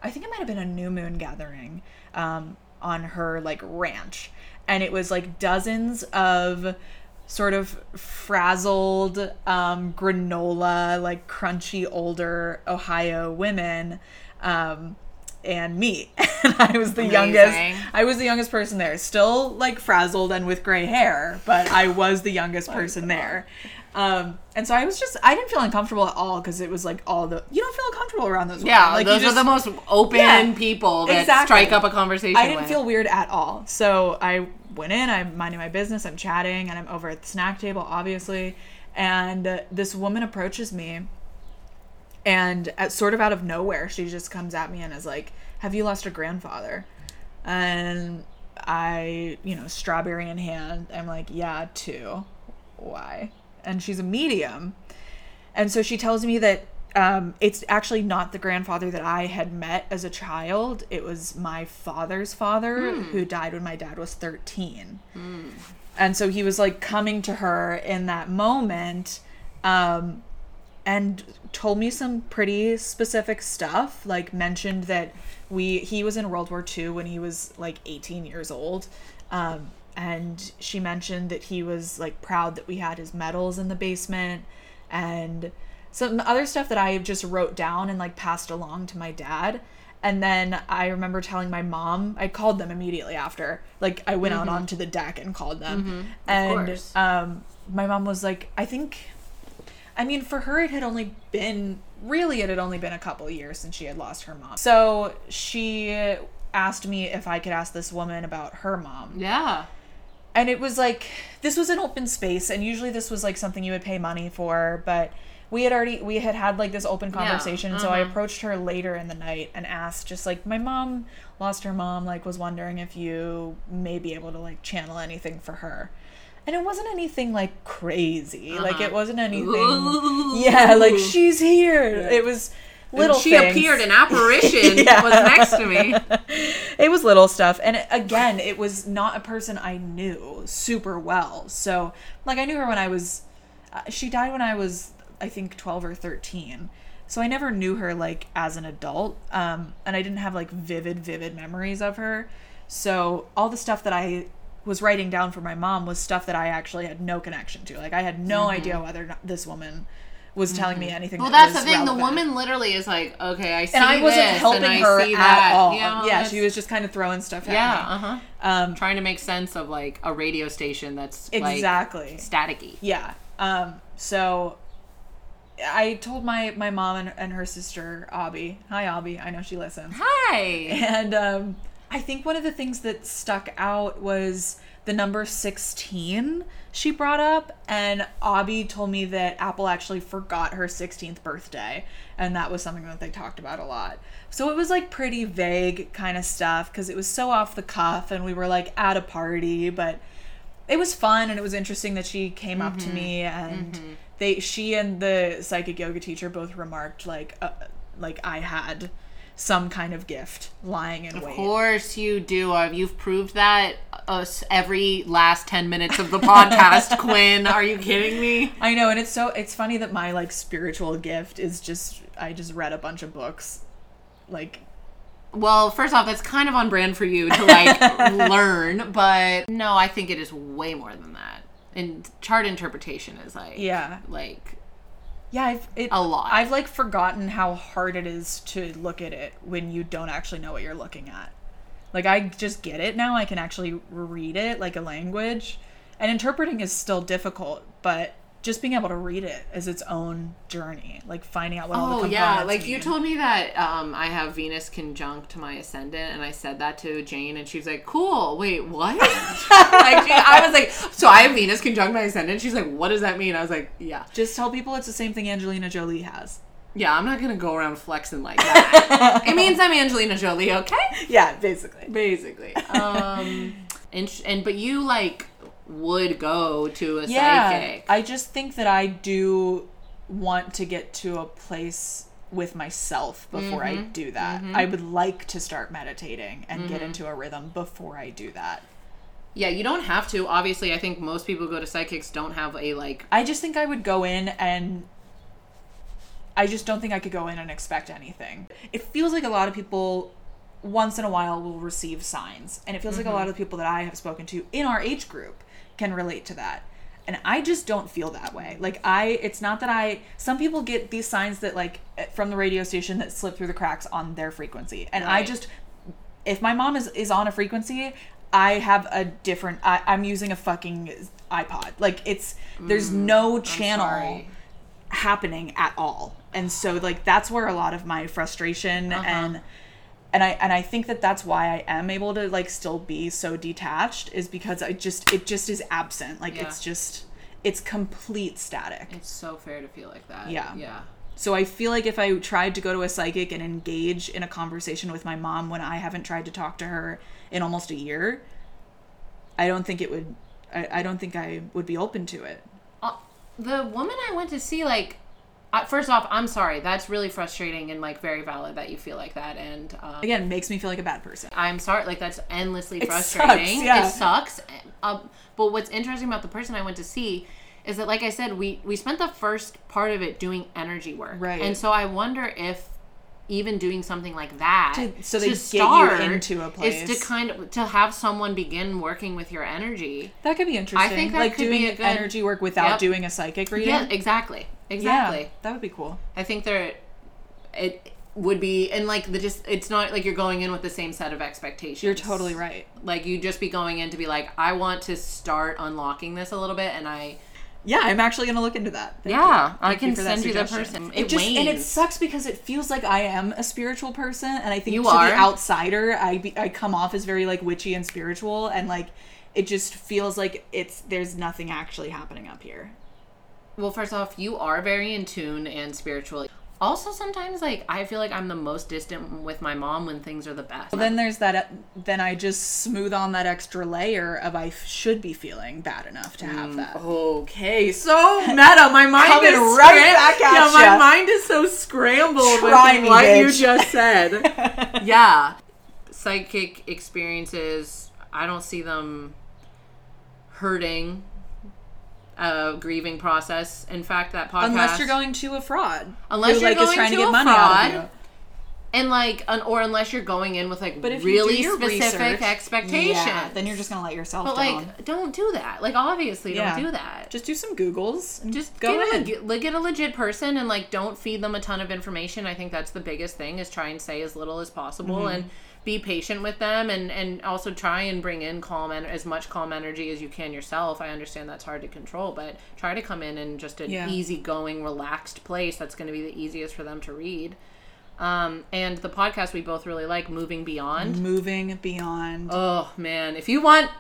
Speaker 2: I think it might have been a new moon gathering um, on her like ranch, and it was like dozens of sort of frazzled um, granola, like crunchy older Ohio women. Um, and me *laughs* and i was the
Speaker 3: Amazing.
Speaker 2: youngest i was the youngest person there still like frazzled and with gray hair but i was the youngest person there um, and so i was just i didn't feel uncomfortable at all because it was like all the you don't feel uncomfortable around those
Speaker 3: Yeah,
Speaker 2: women. like you
Speaker 3: those
Speaker 2: just-
Speaker 3: are the most open
Speaker 2: Yeah,
Speaker 3: people that
Speaker 2: exactly.
Speaker 3: strike up a conversation.
Speaker 2: I didn't
Speaker 3: with.
Speaker 2: feel weird at all. So I went in, I'm minding my business, I'm chatting, and I'm over at the snack table, obviously. And uh, this woman approaches me, and at, sort of out of nowhere, she just comes at me and is like, Have you lost a grandfather? And I, you know, strawberry in hand, I'm like, Yeah, two. Why? And she's a medium. And so she tells me that um, it's actually not the grandfather that I had met as a child. It was my father's father who died when my dad was 13. And so he was like coming to her in that moment um, and told me some pretty specific stuff, like mentioned that we he was in World War II when he was like 18 years old. Um, and she mentioned that he was like proud that we had his medals in the basement and some other stuff that I just wrote down and like passed along to my dad. And then I remember telling my mom, I called them immediately after. Like I went out onto the deck and called them. And
Speaker 3: course.
Speaker 2: um, my mom was like, I think, I mean, for her, it had only been really, it had only been a couple years since she had lost her mom. So she asked me if I could ask this woman about her mom
Speaker 3: Yeah.
Speaker 2: and it was like this was an open space and usually this was like something you would pay money for but we had already we had had like this open conversation and so i approached her later in the night and asked just like my mom lost her mom like was wondering if you may be able to like channel anything for her and it wasn't anything like crazy like it wasn't anything yeah like she's here it was little
Speaker 3: she
Speaker 2: things.
Speaker 3: appeared, an apparition
Speaker 2: *laughs* Yeah.
Speaker 3: was next to me.
Speaker 2: it was little stuff and it- again it was not a person i knew super well so like i knew her when i was uh, she died when i was i think 12 or 13 so i never knew her like as an adult um, and i didn't have like vivid vivid memories of her so all the stuff that i was writing down for my mom was stuff that i actually had no connection to like i had no idea whether or not this woman was telling me anything
Speaker 3: Mm-hmm. Well,
Speaker 2: that
Speaker 3: that's the
Speaker 2: was
Speaker 3: thing.
Speaker 2: relevant.
Speaker 3: The woman literally is like, okay, I see
Speaker 2: and I wasn't
Speaker 3: this, and
Speaker 2: helping
Speaker 3: I
Speaker 2: her
Speaker 3: see
Speaker 2: at
Speaker 3: that.
Speaker 2: all.
Speaker 3: Yeah,
Speaker 2: Yeah,
Speaker 3: that's-
Speaker 2: she was just kind of throwing stuff at me.
Speaker 3: Yeah, uh huh.
Speaker 2: Um,
Speaker 3: Trying to make sense of like a radio station that's like
Speaker 2: Exactly.
Speaker 3: staticky.
Speaker 2: Yeah. Um, so I told my my mom and, and her sister Abby. Hi Abby. I know she listens.
Speaker 3: Hi.
Speaker 2: And um, I think one of the things that stuck out was the number 16 she brought up and Abby told me that Apple actually forgot her 16th birthday and that was something that they talked about a lot. So it was like pretty vague kind of stuff cuz it was so off the cuff and we were like at a party but it was fun and it was interesting that she came up
Speaker 3: Mm-hmm.
Speaker 2: to me and they she and the psychic yoga teacher both remarked like uh, like I had some kind of gift lying in
Speaker 3: Of
Speaker 2: wait.
Speaker 3: course you do. Uh, You've proved that us every last 10 minutes of the
Speaker 2: *laughs*
Speaker 3: podcast, Quinn. Are you kidding me?
Speaker 2: I know and it's so it's funny that my like spiritual gift is just I just read a bunch of books like
Speaker 3: Well, first off, that's kind of on brand for you to like
Speaker 2: *laughs*
Speaker 3: learn, but no, I think it is way more than that. And chart interpretation is like,
Speaker 2: yeah
Speaker 3: like
Speaker 2: yeah I've it,
Speaker 3: a lot.
Speaker 2: I've like forgotten how hard it is to look at it when you don't actually know what you're looking at. Like I just get it now. I can actually read it like a language. And interpreting is still difficult, but just being able to read it is its own journey. Like finding out what all the
Speaker 3: Oh
Speaker 2: components
Speaker 3: yeah, like you
Speaker 2: mean.
Speaker 3: told me that um, I have Venus conjunct my ascendant, and I said that to Jane, and she was like, "Cool, wait,
Speaker 2: *laughs*
Speaker 3: what?" *laughs* like she, I was like, "So I have Venus conjunct my ascendant." She's like, "What does that mean?" I was like, "Yeah,
Speaker 2: Just tell people it's the same thing Angelina Jolie has.
Speaker 3: yeah, I'm not gonna go around flexing like
Speaker 2: *laughs*
Speaker 3: that." it means I'm Angelina Jolie, okay?
Speaker 2: Yeah, basically. *laughs*
Speaker 3: Basically. Um, And, sh- and but you like would go to a
Speaker 2: yeah
Speaker 3: psychic.
Speaker 2: i just think that i do want to get to a place with myself before i do that i would like to start meditating and get into a rhythm before i do that
Speaker 3: yeah, you don't have to. Obviously, I think most people who go to psychics don't have a like
Speaker 2: i just think i would go in and i just don't think i could go in and expect anything it feels like a lot of people once in a while will receive signs and it feels
Speaker 3: Mm-hmm.
Speaker 2: like a lot of people that i have spoken to in our age group can relate to that and i just don't feel that way like i it's not that i some people get these signs that like eh, from the radio station that slip through the cracks on their frequency and i
Speaker 3: Right.
Speaker 2: just if my mom is is on a frequency i have a different I, i'm using a fucking ipod like it's there's no channel
Speaker 3: Mm, sorry.
Speaker 2: happening at all and so like that's where a lot of my frustration
Speaker 3: Uh-huh.
Speaker 2: and and i and i think that that's why i am able to like still be so detached is because i just it just is absent like
Speaker 3: Yeah.
Speaker 2: it's just it's complete static
Speaker 3: It's so fair to feel like that.
Speaker 2: Yeah.
Speaker 3: Yeah.
Speaker 2: so i feel like if i tried to go to a psychic and engage in a conversation with my mom when i haven't tried to talk to her in almost a year i don't think it would i, I don't think i would be open to it
Speaker 3: Uh, the woman I went to see, like, I, first off, I'm sorry. That's really frustrating and like very valid that you feel like that. And um,
Speaker 2: again makes me feel like a bad person
Speaker 3: I'm sorry. Like that's endlessly
Speaker 2: It
Speaker 3: frustrating.
Speaker 2: sucks, yeah.
Speaker 3: It sucks. Uh, but what's interesting about the person I went to see is that, like I said, we we spent the first part of it doing energy work,
Speaker 2: Right.
Speaker 3: And so I wonder if even doing something like that
Speaker 2: To- so they get you into a
Speaker 3: is
Speaker 2: place.
Speaker 3: to kind of to have someone begin working with your energy.
Speaker 2: That could be interesting.
Speaker 3: I think that
Speaker 2: like
Speaker 3: could
Speaker 2: doing
Speaker 3: be a good-
Speaker 2: energy work without
Speaker 3: Yep.
Speaker 2: doing a psychic reading.
Speaker 3: Yeah, exactly.
Speaker 2: Yeah,
Speaker 3: Exactly.
Speaker 2: that would be cool.
Speaker 3: I think there, it would be, and like the just, it's not like you're going in with the same set of expectations.
Speaker 2: You're totally right.
Speaker 3: Like you just be going in to be like, I want to start unlocking this a little bit, and I
Speaker 2: Yeah, I'm actually gonna look into that. Thank
Speaker 3: Yeah,
Speaker 2: you.
Speaker 3: I
Speaker 2: Thank
Speaker 3: can
Speaker 2: you for that
Speaker 3: send you the
Speaker 2: suggestion.
Speaker 3: person.
Speaker 2: It,
Speaker 3: It
Speaker 2: just and it
Speaker 3: wanes.
Speaker 2: sucks because it feels like I am a spiritual person, and I think
Speaker 3: You
Speaker 2: to
Speaker 3: are.
Speaker 2: the outsider, I be, I come off as very like witchy and spiritual, and like it just feels like it's there's nothing actually happening up here.
Speaker 3: Well, first off, you are very in tune and spiritual. Also, sometimes like I feel like I'm the most distant with my mom when things are the best.
Speaker 2: Well, then there's that. Then I just smooth on that extra layer of I f- should be feeling bad enough to
Speaker 3: Mm.
Speaker 2: have that.
Speaker 3: okay, so meta. My mind
Speaker 2: Coming
Speaker 3: is
Speaker 2: right back at
Speaker 3: yeah, my
Speaker 2: ya.
Speaker 3: mind is so scrambled
Speaker 2: Try
Speaker 3: with
Speaker 2: me,
Speaker 3: what you
Speaker 2: bitch.
Speaker 3: just *laughs* said. yeah psychic experiences i don't see them hurting a grieving process in fact that podcast
Speaker 2: *laughs* Unless you're going to a fraud.
Speaker 3: Unless
Speaker 2: who,
Speaker 3: you're
Speaker 2: like, is
Speaker 3: going
Speaker 2: trying
Speaker 3: to
Speaker 2: to get
Speaker 3: a
Speaker 2: money out
Speaker 3: fraud.
Speaker 2: of you.
Speaker 3: and like un, or unless you're going in with like
Speaker 2: But if you
Speaker 3: really
Speaker 2: do your
Speaker 3: specific
Speaker 2: research,
Speaker 3: expectations
Speaker 2: Yeah, then you're just gonna let yourself
Speaker 3: but
Speaker 2: down.
Speaker 3: like don't do that like obviously
Speaker 2: Yeah.
Speaker 3: don't do that
Speaker 2: just do some Googles and
Speaker 3: just
Speaker 2: go
Speaker 3: get,
Speaker 2: in.
Speaker 3: A, leg- get a legit person and like don't feed them a ton of information i think that's the biggest thing is try and say as little as possible
Speaker 2: Mm-hmm.
Speaker 3: and be patient with them and and also try and bring in calm and as much calm energy as you can yourself i understand that's hard to control but try to come in in just an
Speaker 2: Yeah.
Speaker 3: easygoing relaxed place that's going to be the easiest for them to read um, and the podcast we both really like moving
Speaker 2: Mm-hmm.
Speaker 3: beyond
Speaker 2: Moving beyond.
Speaker 3: Oh man, if you want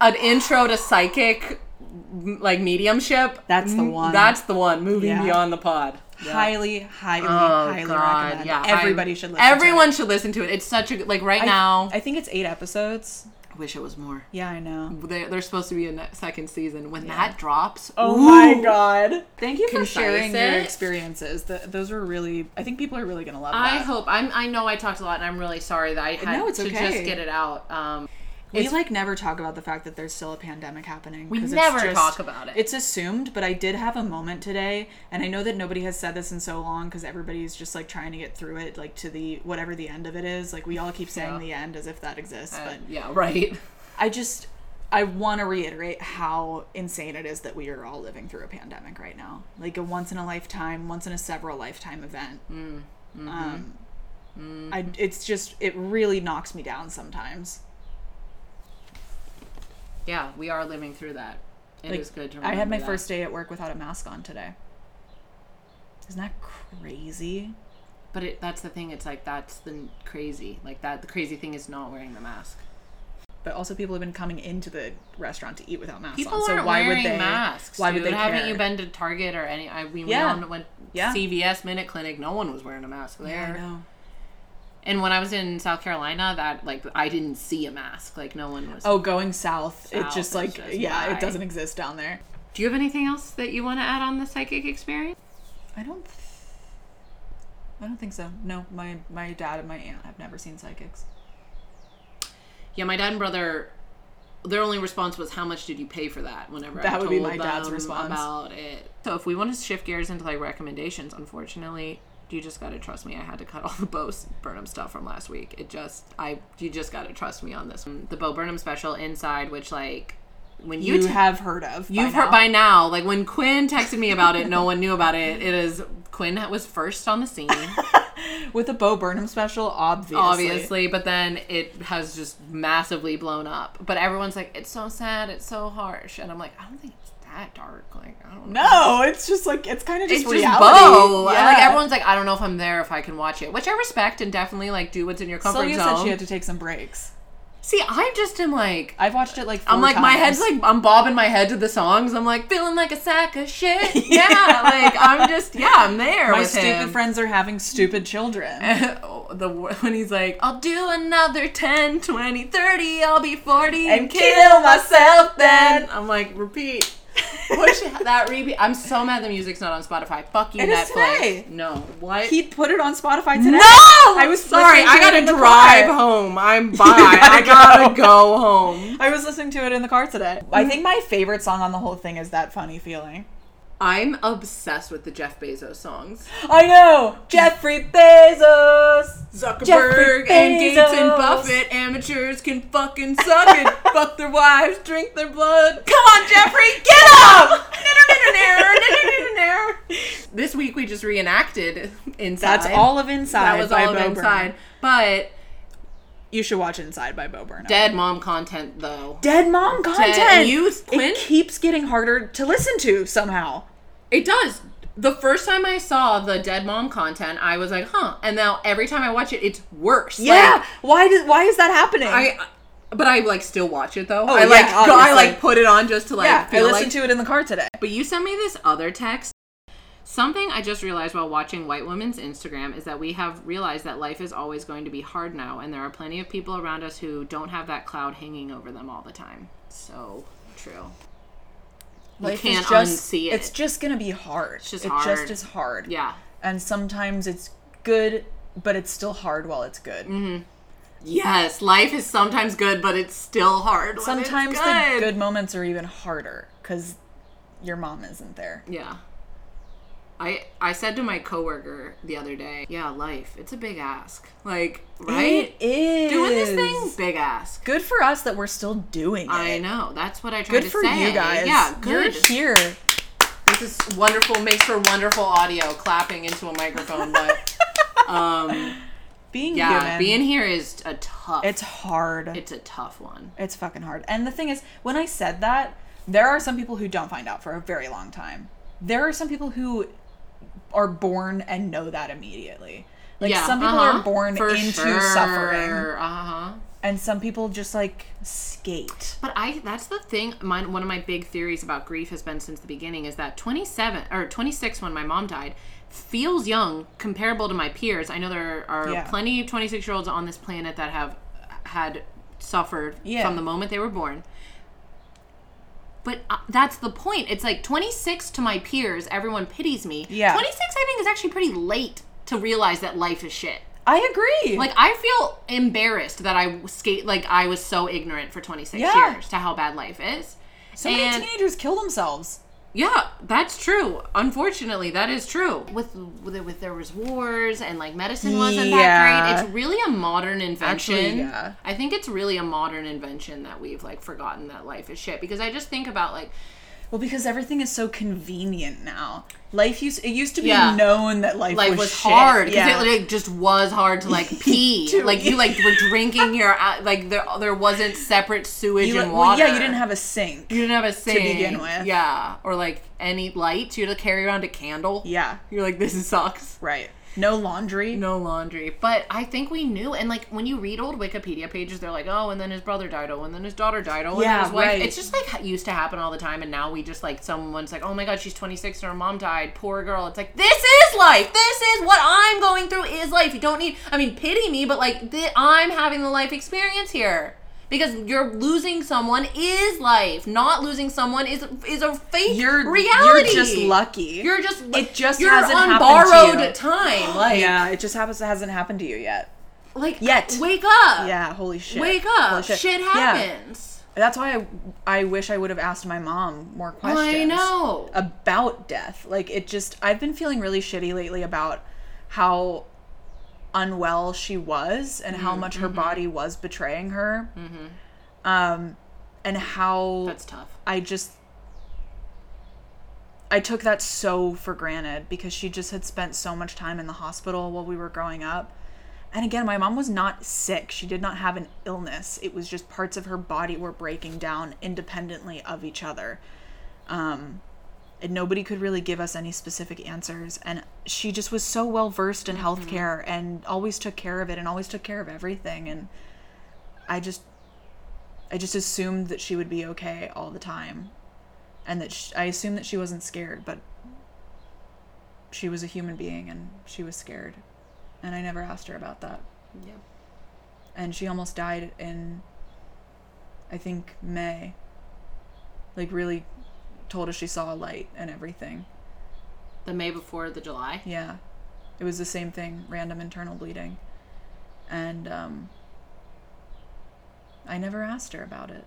Speaker 3: an intro to psychic m- like mediumship,
Speaker 2: That's the
Speaker 3: m-
Speaker 2: one.
Speaker 3: That's the one. Moving
Speaker 2: Yeah.
Speaker 3: beyond the pod.
Speaker 2: Highly, highly, highly recommend.
Speaker 3: Oh, yeah.
Speaker 2: Everybody
Speaker 3: I'm-
Speaker 2: should listen.
Speaker 3: Everyone
Speaker 2: to
Speaker 3: should listen to it. It's such a good- like right
Speaker 2: it.
Speaker 3: now.
Speaker 2: I, I think it's eight episodes.
Speaker 3: I wish it was more.
Speaker 2: Yeah, I know.
Speaker 3: There, there's supposed to be a ne- second season. When that drops,
Speaker 2: Oh
Speaker 3: ooh.
Speaker 2: my god! Thank you for
Speaker 3: Concise
Speaker 2: sharing your
Speaker 3: it.
Speaker 2: experiences. Th those were really. I think people are really gonna love
Speaker 3: I
Speaker 2: that.
Speaker 3: hope I'm. I know I talked a lot, and I'm really sorry that I had
Speaker 2: it's
Speaker 3: to
Speaker 2: okay.
Speaker 3: just get it out. Um,
Speaker 2: we
Speaker 3: it's-
Speaker 2: like never talk about the fact that there's still a pandemic happening.
Speaker 3: We
Speaker 2: 'cause
Speaker 3: never talk about it.
Speaker 2: It's assumed, but I did have a moment today, and I know that nobody has said this in so long because everybody's just like trying to get through it, like to the whatever the end of it is. Like we all keep saying
Speaker 3: Yeah.
Speaker 2: the end as if that exists,
Speaker 3: uh,
Speaker 2: but
Speaker 3: *laughs* yeah, right.
Speaker 2: I just I want to reiterate how insane it is that we are all living through a pandemic right now, like a once in a lifetime, once in a several lifetime event.
Speaker 3: Mm, mm-hmm.
Speaker 2: Um, I, it's just it really knocks me down sometimes.
Speaker 3: Yeah, we are living through that. It is
Speaker 2: Like,
Speaker 3: good to
Speaker 2: I
Speaker 3: remember.
Speaker 2: had my
Speaker 3: that.
Speaker 2: first day at work without a mask on today. Isn't that crazy?
Speaker 3: But it, that's the thing. It's like that's the n- crazy. Like that. The crazy thing is not wearing the mask.
Speaker 2: But also, people have been coming into the restaurant to eat without masks
Speaker 3: People
Speaker 2: on.
Speaker 3: aren't
Speaker 2: So why
Speaker 3: wearing
Speaker 2: would they?
Speaker 3: masks.
Speaker 2: why
Speaker 3: dude.
Speaker 2: would they
Speaker 3: Haven't
Speaker 2: care?
Speaker 3: you been to Target or any? I mean,
Speaker 2: Yeah.
Speaker 3: we all went
Speaker 2: Yeah.
Speaker 3: CVS, Minute Clinic. No one was wearing a mask there.
Speaker 2: I know.
Speaker 3: And when I was in South Carolina, that like I didn't see a mask. Like no one was.
Speaker 2: Oh, going south, it
Speaker 3: South is
Speaker 2: just like
Speaker 3: just
Speaker 2: yeah,
Speaker 3: why.
Speaker 2: it doesn't exist down there.
Speaker 3: Do you have anything else that you want to add on the psychic experience?
Speaker 2: I don't. th- I don't think so. No, my my dad and my aunt have never seen psychics.
Speaker 3: Yeah, my dad and brother, their only response was, "How much did you pay for that?" Whenever I
Speaker 2: That would be
Speaker 3: told
Speaker 2: my dad's
Speaker 3: them
Speaker 2: response.
Speaker 3: about it. So if we want to shift gears into like recommendations, unfortunately, you just got to trust me. I had to cut *laughs* all the Bo Burnham stuff from last week. It just, I, you just got to trust me on this. one. The Bo Burnham special, Inside, which like when you,
Speaker 2: You
Speaker 3: t-
Speaker 2: have heard of. by
Speaker 3: You've heard
Speaker 2: now.
Speaker 3: by now, like when Quinn texted me about it, no one knew about it. It is Quinn was first on the *laughs* scene,
Speaker 2: with the Bo Burnham special, obviously.
Speaker 3: obviously, but then it has just massively blown up. But everyone's like, it's so sad, it's so harsh, and I'm like, I don't think it's that dark. Like I don't know.
Speaker 2: No, it's just like it's kind of just
Speaker 3: It's just
Speaker 2: reality.
Speaker 3: Bo. And,
Speaker 2: Yeah.
Speaker 3: Like everyone's like, I don't know if I'm there if I can watch it, which I respect and definitely like do what's in your comfort
Speaker 2: Sylvia
Speaker 3: zone.
Speaker 2: said she had to take some breaks.
Speaker 3: See, I just am like,
Speaker 2: I've watched it like. Four
Speaker 3: I'm like my
Speaker 2: times.
Speaker 3: head's like I'm bobbing my head to the songs. I'm like feeling like a sack of
Speaker 2: *laughs*
Speaker 3: shit. Yeah, like I'm just yeah I'm there.
Speaker 2: my
Speaker 3: with
Speaker 2: stupid
Speaker 3: him.
Speaker 2: friends are having stupid children.
Speaker 3: Oh, *laughs* the wor- when he's like I'll do another 10, 20, 30, I'll be 40 and, kill, myself then. I'm like repeat. Push that repeat. I'm so mad the music's not on Spotify. Fuck you
Speaker 2: It is
Speaker 3: Netflix.
Speaker 2: today.
Speaker 3: No. What?
Speaker 2: he put it on Spotify today.
Speaker 3: no!
Speaker 2: I was
Speaker 3: sorry.
Speaker 2: listening to
Speaker 3: I
Speaker 2: it in
Speaker 3: gotta
Speaker 2: the
Speaker 3: drive
Speaker 2: car.
Speaker 3: home. I'm *laughs* by.
Speaker 2: gotta
Speaker 3: I gotta
Speaker 2: go.
Speaker 3: go home.
Speaker 2: I was listening to it in the car today. I think my favorite song on the whole thing is that funny feeling.
Speaker 3: I'm obsessed with the Jeff Bezos songs.
Speaker 2: I know Jeffrey Bezos.
Speaker 3: Zuckerberg
Speaker 2: Jeffrey
Speaker 3: and Gates and
Speaker 2: Bezos.
Speaker 3: Buffett, amateurs can fucking suck it, *laughs* fuck their wives, drink their blood. Come on, Jeffrey, get *laughs* up! *laughs* this week we just reenacted inside.
Speaker 2: That's all of Inside.
Speaker 3: That was
Speaker 2: by
Speaker 3: all of
Speaker 2: Bo
Speaker 3: inside.
Speaker 2: Burnham.
Speaker 3: But
Speaker 2: You should watch Inside by Bo Burnham.
Speaker 3: dead mom content though.
Speaker 2: Dead mom content.
Speaker 3: youth, Quinn?
Speaker 2: It keeps getting harder to listen to somehow.
Speaker 3: It does. The first time I saw the dead mom content, I was like, huh. And now every time I watch it, it's worse.
Speaker 2: Yeah.
Speaker 3: Like,
Speaker 2: why did? Why is that happening?
Speaker 3: I, but I like still watch it though.
Speaker 2: Oh,
Speaker 3: I
Speaker 2: yeah,
Speaker 3: like go- I
Speaker 2: obviously.
Speaker 3: like put it on just to like
Speaker 2: yeah, I
Speaker 3: feel
Speaker 2: listened
Speaker 3: like.
Speaker 2: to it in the car today.
Speaker 3: but you sent me this other text. Something I just realized while watching White Woman's Instagram is that we have realized that life is always going to be hard now, and there are plenty of people around us who don't have that cloud hanging over them all the time. So true.
Speaker 2: Life
Speaker 3: you
Speaker 2: is
Speaker 3: can't
Speaker 2: just,
Speaker 3: unsee it.
Speaker 2: It's just gonna be hard. It's
Speaker 3: just
Speaker 2: it
Speaker 3: hard.
Speaker 2: just is hard.
Speaker 3: yeah.
Speaker 2: And sometimes it's good, but it's still hard while it's good.
Speaker 3: Mm-hmm. Yes, life is sometimes good, but it's still hard. when it's
Speaker 2: Sometimes
Speaker 3: good.
Speaker 2: the good moments are even harder because your mom isn't there.
Speaker 3: Yeah. I I said to my coworker the other day, yeah, life, it's a big ask. Like, right?
Speaker 2: It is
Speaker 3: Doing this thing, big ask.
Speaker 2: Good for us that we're still doing it.
Speaker 3: I know. That's what I tried
Speaker 2: Good
Speaker 3: to
Speaker 2: for
Speaker 3: say.
Speaker 2: you guys.
Speaker 3: Yeah, good.
Speaker 2: You're here.
Speaker 3: This is wonderful. Makes for wonderful audio clapping into a microphone, but um, *laughs*
Speaker 2: Being
Speaker 3: yeah,
Speaker 2: human.
Speaker 3: being here is a tough.
Speaker 2: it's hard.
Speaker 3: it's a tough one.
Speaker 2: It's fucking hard. And the thing is, when I said that, there are some people who don't find out for a very long time. There are some people who are born and know that immediately. Like
Speaker 3: yeah,
Speaker 2: some people
Speaker 3: uh-huh,
Speaker 2: are born
Speaker 3: for
Speaker 2: into
Speaker 3: sure.
Speaker 2: suffering,
Speaker 3: Uh huh.
Speaker 2: and some people just like skate.
Speaker 3: But I that's the thing. My, one of my big theories about grief has been since the beginning is that 27 or 26 when my mom died feels young comparable to my peers. I know there are
Speaker 2: Yeah.
Speaker 3: plenty of 26 year olds on this planet that have had suffered
Speaker 2: Yeah.
Speaker 3: from the moment they were born. But uh, that's the point. It's like 26 to my peers, everyone pities me.
Speaker 2: Yeah.
Speaker 3: 26 I think is actually pretty late to realize that life is shit.
Speaker 2: I agree.
Speaker 3: Like I feel embarrassed that I skate like I was so ignorant for 26
Speaker 2: Yeah.
Speaker 3: years to how bad life is.
Speaker 2: so many
Speaker 3: and-
Speaker 2: teenagers kill themselves.
Speaker 3: Yeah, that's true. Unfortunately, that is true. With with, with there was wars and like medicine wasn't that
Speaker 2: Yeah.
Speaker 3: great. It's really a modern invention.
Speaker 2: Actually, yeah.
Speaker 3: I think it's really a modern invention that we've like forgotten that life is shit because I just think about like
Speaker 2: Well, because everything is so convenient now. Life used it used to be
Speaker 3: Yeah.
Speaker 2: known that life,
Speaker 3: life
Speaker 2: was,
Speaker 3: was,
Speaker 2: shit.
Speaker 3: hard because
Speaker 2: Yeah.
Speaker 3: it like just was hard to *laughs* like pee.
Speaker 2: To
Speaker 3: like you like were drinking your uh, like there there wasn't separate sewage
Speaker 2: You-
Speaker 3: and water.
Speaker 2: well, yeah, you didn't have a sink.
Speaker 3: You didn't have a sink
Speaker 2: begin with.
Speaker 3: Yeah, or like any lights. You had to carry around a candle.
Speaker 2: yeah,
Speaker 3: you're like this sucks.
Speaker 2: right. No laundry.
Speaker 3: No laundry, but I think we knew. And like when you read old Wikipedia pages, they're like, oh, and then his brother died. Oh, and then his daughter died. Oh, and then
Speaker 2: Yeah,
Speaker 3: his wife.
Speaker 2: right.
Speaker 3: It's just like ha- used to happen all the time. And now we just like someone's like, oh my god, she's 26 and her mom died. Poor girl. It's like this is life. This is what I'm going through. Is life. life. You don't need. I mean, pity me, but like th- I'm having the life experience here because you're losing someone is life. Not losing someone is is a fake
Speaker 2: You're
Speaker 3: reality.
Speaker 2: You're just lucky.
Speaker 3: You're just.
Speaker 2: It just
Speaker 3: you're
Speaker 2: hasn't
Speaker 3: on
Speaker 2: happened to
Speaker 3: borrowed
Speaker 2: you.
Speaker 3: time. Like
Speaker 2: yeah, it just happens. It hasn't happened to you yet.
Speaker 3: like
Speaker 2: Yet.
Speaker 3: Wake up.
Speaker 2: Yeah, holy shit.
Speaker 3: Wake up.
Speaker 2: Holy
Speaker 3: Shit.
Speaker 2: Yeah.
Speaker 3: happens.
Speaker 2: That's why I, I wish I would have asked my mom more questions.
Speaker 3: I know.
Speaker 2: about death. Like it just I've been feeling really shitty lately about how unwell she was and how much her body was betraying her. Mm-hmm. Um and how
Speaker 3: That's tough.
Speaker 2: I just I took that so for granted because she just had spent so much time in the hospital while we were growing up. And again, my mom was not sick. She did not have an illness. It was just parts of her body were breaking down independently of each other. Um and nobody could really give us any specific answers and she just was so well versed in healthcare and always took care of it and always took care of everything and I just I just assumed that she would be okay all the time, and that sh I assumed that she wasn't scared, but she was a human being and she was scared, and I never asked her about that.
Speaker 3: Yep.
Speaker 2: And she almost died in, I think May. Like really, told us she saw a light and everything.
Speaker 3: The May before the July.
Speaker 2: Yeah. It was the same thing, random internal bleeding. And um I never asked her about it.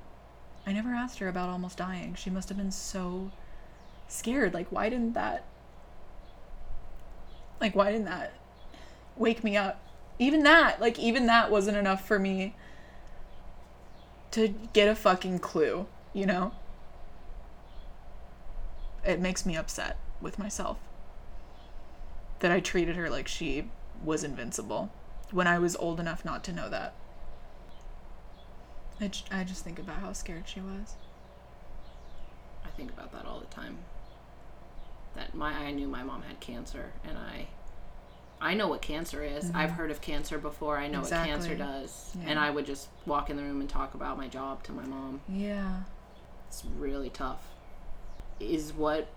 Speaker 2: I never asked her about almost dying. She must have been so scared. Like why didn't that like why didn't that wake me up? Even that, like even that wasn't enough for me to get a fucking clue, you know? It makes me upset with myself that I treated her like she was invincible when I was old enough not to know that. I, j- I just think about how scared she was.
Speaker 3: I think about that all the time. That my I knew my mom had cancer and I I know what cancer is. I've heard of cancer before. I know what cancer
Speaker 2: Mm-hmm. Exactly.
Speaker 3: does. And
Speaker 2: Yeah.
Speaker 3: I would just walk in the room and talk about my job to my mom.
Speaker 2: Yeah.
Speaker 3: It's really tough. Is what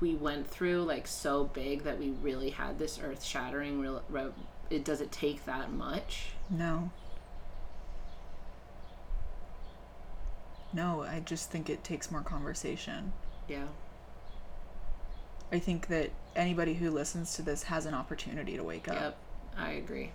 Speaker 3: we went through like so big that we really had this earth-shattering real re- it does it take that much?
Speaker 2: No. No, I just think it takes more conversation.
Speaker 3: Yeah.
Speaker 2: I think that anybody who listens to this has an opportunity to wake up.
Speaker 3: Yep. I agree.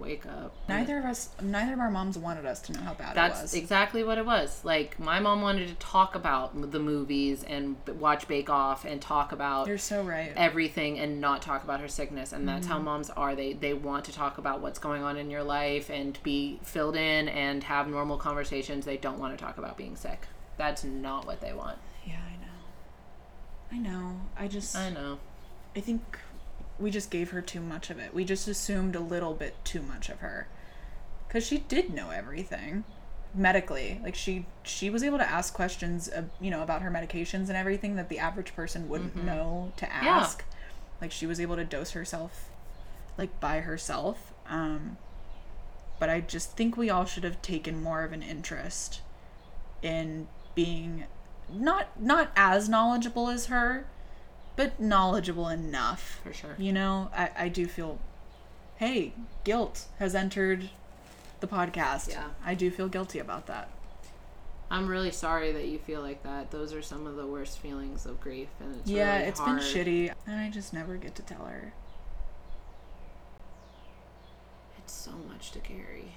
Speaker 3: Wake up.
Speaker 2: Neither of us, neither of our moms wanted us to know how bad it
Speaker 3: That's
Speaker 2: was.
Speaker 3: exactly what it was. Like my mom wanted to talk about m- the movies and b- watch Bake Off and talk about
Speaker 2: You're so right.
Speaker 3: Eh. everything and not talk about her sickness. And that's
Speaker 2: Mm-hmm.
Speaker 3: how moms are. They they want to talk about what's going on in your life and be filled in and have normal conversations. They don't want to talk about being sick. That's not what they want.
Speaker 2: Yeah, I know. I know. I just.
Speaker 3: I know.
Speaker 2: I think we just gave her too much of it. We just assumed a little bit too much of her. Cuz she did know everything medically. Like she she was able to ask questions, uh, you know, about her medications and everything that the average person wouldn't know to ask. Like she was able to dose herself like by herself. Um but I just think we all should have taken more of an interest in being not not as knowledgeable as her, but knowledgeable enough.
Speaker 3: For sure.
Speaker 2: You know, I, I do feel, hey, guilt has entered the podcast.
Speaker 3: Yeah.
Speaker 2: I do feel guilty about that.
Speaker 3: I'm really sorry that you feel like that. Those are some of the worst feelings of grief, and it's
Speaker 2: yeah,
Speaker 3: really
Speaker 2: it's
Speaker 3: hard.
Speaker 2: been shitty, and I just never get to tell her.
Speaker 3: It's so much to carry.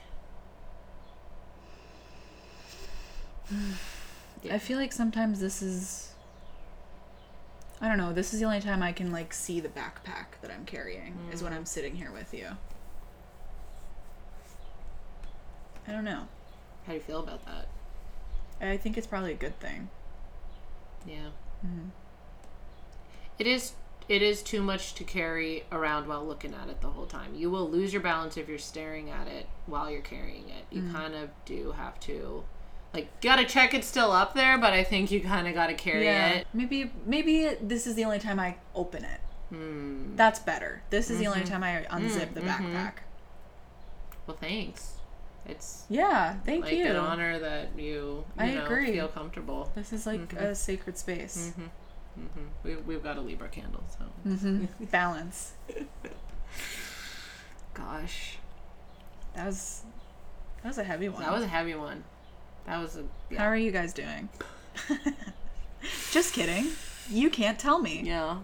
Speaker 3: Yeah.
Speaker 2: I feel like sometimes this is. I don't know. This is the only time I can like see the backpack that I'm carrying is
Speaker 3: Mm.
Speaker 2: when I'm sitting here with you. I don't know.
Speaker 3: How do you feel about that?
Speaker 2: I think it's probably a good thing.
Speaker 3: Yeah.
Speaker 2: Mm-hmm.
Speaker 3: It is it is too much to carry around while looking at it the whole time. You will lose your balance if you're staring at it while you're carrying it.
Speaker 2: Mm-hmm.
Speaker 3: You kind of do have to like gotta check it's still up there, but I think you kind of gotta carry it.
Speaker 2: Maybe maybe this is the only time I open it.
Speaker 3: Hmm.
Speaker 2: That's better. This is the only
Speaker 3: Mm-hmm.
Speaker 2: time I unzip the backpack.
Speaker 3: Well, thanks. It's
Speaker 2: Yeah, thank
Speaker 3: like
Speaker 2: you.
Speaker 3: an honor that you, you
Speaker 2: I
Speaker 3: know,
Speaker 2: agree.
Speaker 3: feel comfortable.
Speaker 2: This is like
Speaker 3: Mm-hmm.
Speaker 2: a sacred space.
Speaker 3: Mm-hmm. We, we've got a Libra candle, so
Speaker 2: Balance.
Speaker 3: gosh.
Speaker 2: That was that was a heavy one.
Speaker 3: That was a heavy one. That was a. Yeah.
Speaker 2: How are you guys doing? *laughs* Just kidding. You can't tell me. Yeah,
Speaker 3: yeah.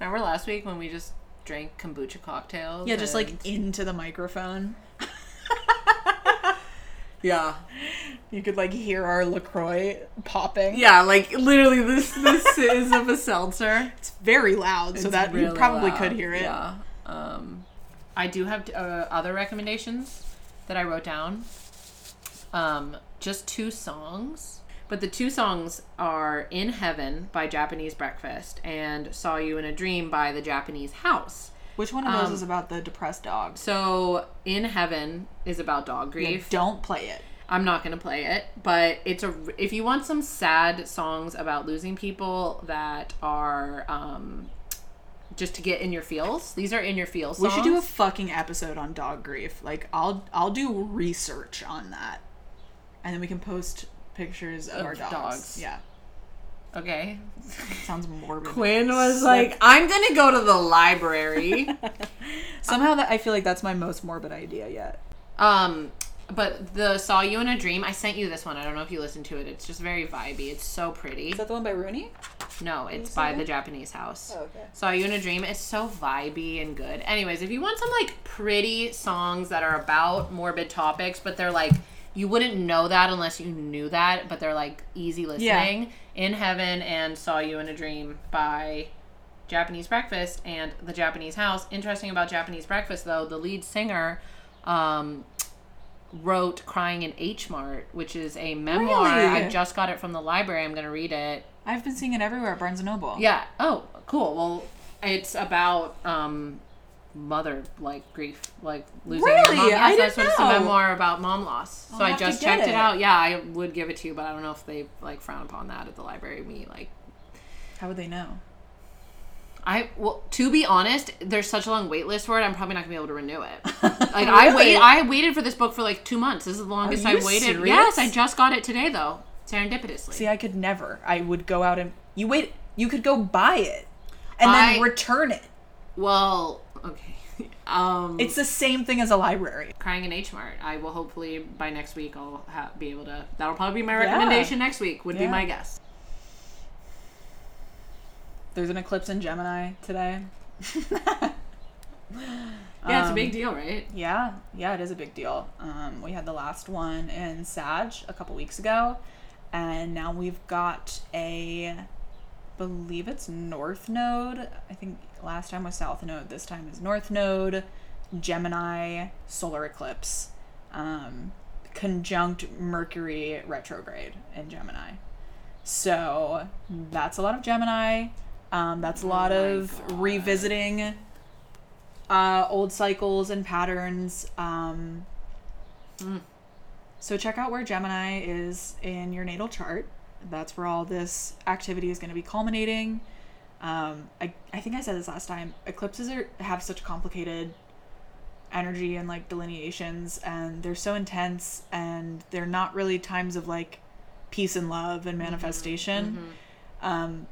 Speaker 3: Remember last week when we just drank kombucha cocktails? and-
Speaker 2: just like into the microphone.
Speaker 3: Yeah.
Speaker 2: You could like hear our LaCroix popping.
Speaker 3: Yeah, like literally, this *laughs* this is of a seltzer.
Speaker 2: It's very loud, so
Speaker 3: It's
Speaker 2: that you
Speaker 3: really
Speaker 2: probably
Speaker 3: loud,
Speaker 2: could hear it.
Speaker 3: Yeah. Um, I do have uh, other recommendations that I wrote down. Um, just two songs, but the two songs are "In Heaven" by Japanese Breakfast and "Saw You in a Dream" by the Japanese House.
Speaker 2: Which one of those
Speaker 3: Um,
Speaker 2: is about the depressed dogs?
Speaker 3: So, "In Heaven" is about dog grief.
Speaker 2: Don't play it.
Speaker 3: I'm not gonna play it, but it's a. If you want some sad songs about losing people that are um, just to get in your feels, these are in your feels.
Speaker 2: We
Speaker 3: Songs.
Speaker 2: should do a fucking episode on dog grief. Like I'll I'll do research on that. And then we can post pictures of,
Speaker 3: Of
Speaker 2: our dogs.
Speaker 3: dogs.
Speaker 2: Yeah.
Speaker 3: okay.
Speaker 2: Sounds morbid.
Speaker 3: Quinn was like, "I'm gonna go to the
Speaker 2: *laughs*
Speaker 3: library."
Speaker 2: Somehow that I feel like that's my most morbid idea yet.
Speaker 3: um, but the "Saw You in a Dream," I sent you this one. I don't know if you listened to it. It's just very vibey. It's so pretty.
Speaker 2: Is that the one by Rooney?
Speaker 3: No, it's by the Japanese
Speaker 2: Oh,
Speaker 3: house. Oh, okay. Saw You in a Dream. It's so vibey and good. Anyways, if you want some like pretty songs that are about morbid topics, but they're like you wouldn't know that unless you knew that, but they're like easy listening. In Heaven and Saw You in a Dream by Japanese Breakfast and The Japanese House. Interesting about Japanese Breakfast though, the lead singer um wrote Crying in H Mart, which is a memoir.
Speaker 2: Really?
Speaker 3: I just got it from the library. I'm going to read it.
Speaker 2: I've been seeing it everywhere at Barnes and Noble.
Speaker 3: Yeah. Oh, cool. Well, it's about um mother like grief, like losing
Speaker 2: Really?
Speaker 3: your mom.
Speaker 2: I
Speaker 3: that's
Speaker 2: didn't
Speaker 3: what it's a
Speaker 2: know.
Speaker 3: memoir about mom loss.
Speaker 2: I'll
Speaker 3: so I
Speaker 2: have to
Speaker 3: just
Speaker 2: get
Speaker 3: checked it.
Speaker 2: it.
Speaker 3: out. Yeah, I would give it to you, but I don't know if they like frown upon that at the library. Me like
Speaker 2: How would they know?
Speaker 3: I well to be honest, there's such a long wait list for it. I'm probably not gonna be able to renew
Speaker 2: *laughs*
Speaker 3: it. Like I
Speaker 2: Really?
Speaker 3: wait, I waited for this book for like two months. This is the longest
Speaker 2: you
Speaker 3: I've waited.
Speaker 2: serious?
Speaker 3: Yes, I just got it today though, serendipitously.
Speaker 2: See, I could never. I would go out and you wait. You could go buy it and
Speaker 3: I-
Speaker 2: then return it.
Speaker 3: well, okay. *laughs* Um,
Speaker 2: It's the same thing as a library.
Speaker 3: crying in H Mart. I will hopefully by next week I'll ha- be able to. That'll probably be my recommendation next week. Would be
Speaker 2: Yeah.
Speaker 3: my guess.
Speaker 2: There's an eclipse in Gemini today.
Speaker 3: Yeah, it's a
Speaker 2: Um,
Speaker 3: big deal, right?
Speaker 2: Yeah, yeah, it is a big deal. Um, we had the last one in Sag a couple weeks ago, and now we've got a believe it's North Node. I think last time was South Node. This time is North Node, Gemini, solar eclipse, um, conjunct Mercury retrograde in Gemini. So that's a lot of Gemini. Um, that's a lot of revisiting uh, old cycles and patterns. Um, So check out where Gemini is in your natal chart. That's where all this activity is going to be culminating. Um, I, I think I said this last time. Eclipses are have such complicated energy and like delineations, and they're so intense, and they're not really times of like peace and love and manifestation. Um,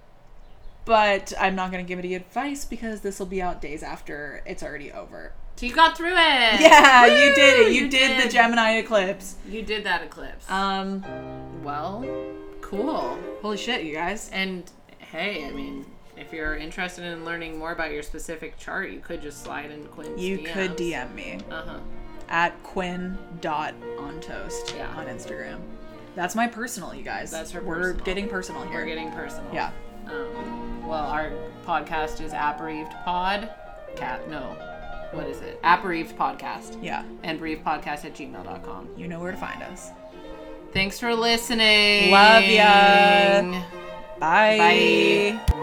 Speaker 2: but I'm not going to give any advice because this will be out days after it's already over. *laughs*
Speaker 3: So you got through it.
Speaker 2: Yeah, you did it. You,
Speaker 3: you
Speaker 2: did,
Speaker 3: did.
Speaker 2: the Gemini eclipse.
Speaker 3: You did that eclipse.
Speaker 2: Um,
Speaker 3: well, cool.
Speaker 2: holy shit, you guys.
Speaker 3: And hey, I mean, if you're interested in learning more about your specific chart, you could just slide in Quinn's.
Speaker 2: You
Speaker 3: DMs.
Speaker 2: could DM me
Speaker 3: Uh huh.
Speaker 2: at quinn.ontoast
Speaker 3: Yeah.
Speaker 2: on Instagram. That's my personal, you guys.
Speaker 3: That's her
Speaker 2: We're
Speaker 3: personal.
Speaker 2: getting personal here.
Speaker 3: We're getting personal.
Speaker 2: yeah.
Speaker 3: Um, well, our podcast is Apperived Pod. Cat. No. What is it? Apperived Podcast.
Speaker 2: Yeah.
Speaker 3: and briefpodcast at gmail.com.
Speaker 2: You know where to find us.
Speaker 3: Thanks for listening.
Speaker 2: Love ya. Bye.
Speaker 3: Bye.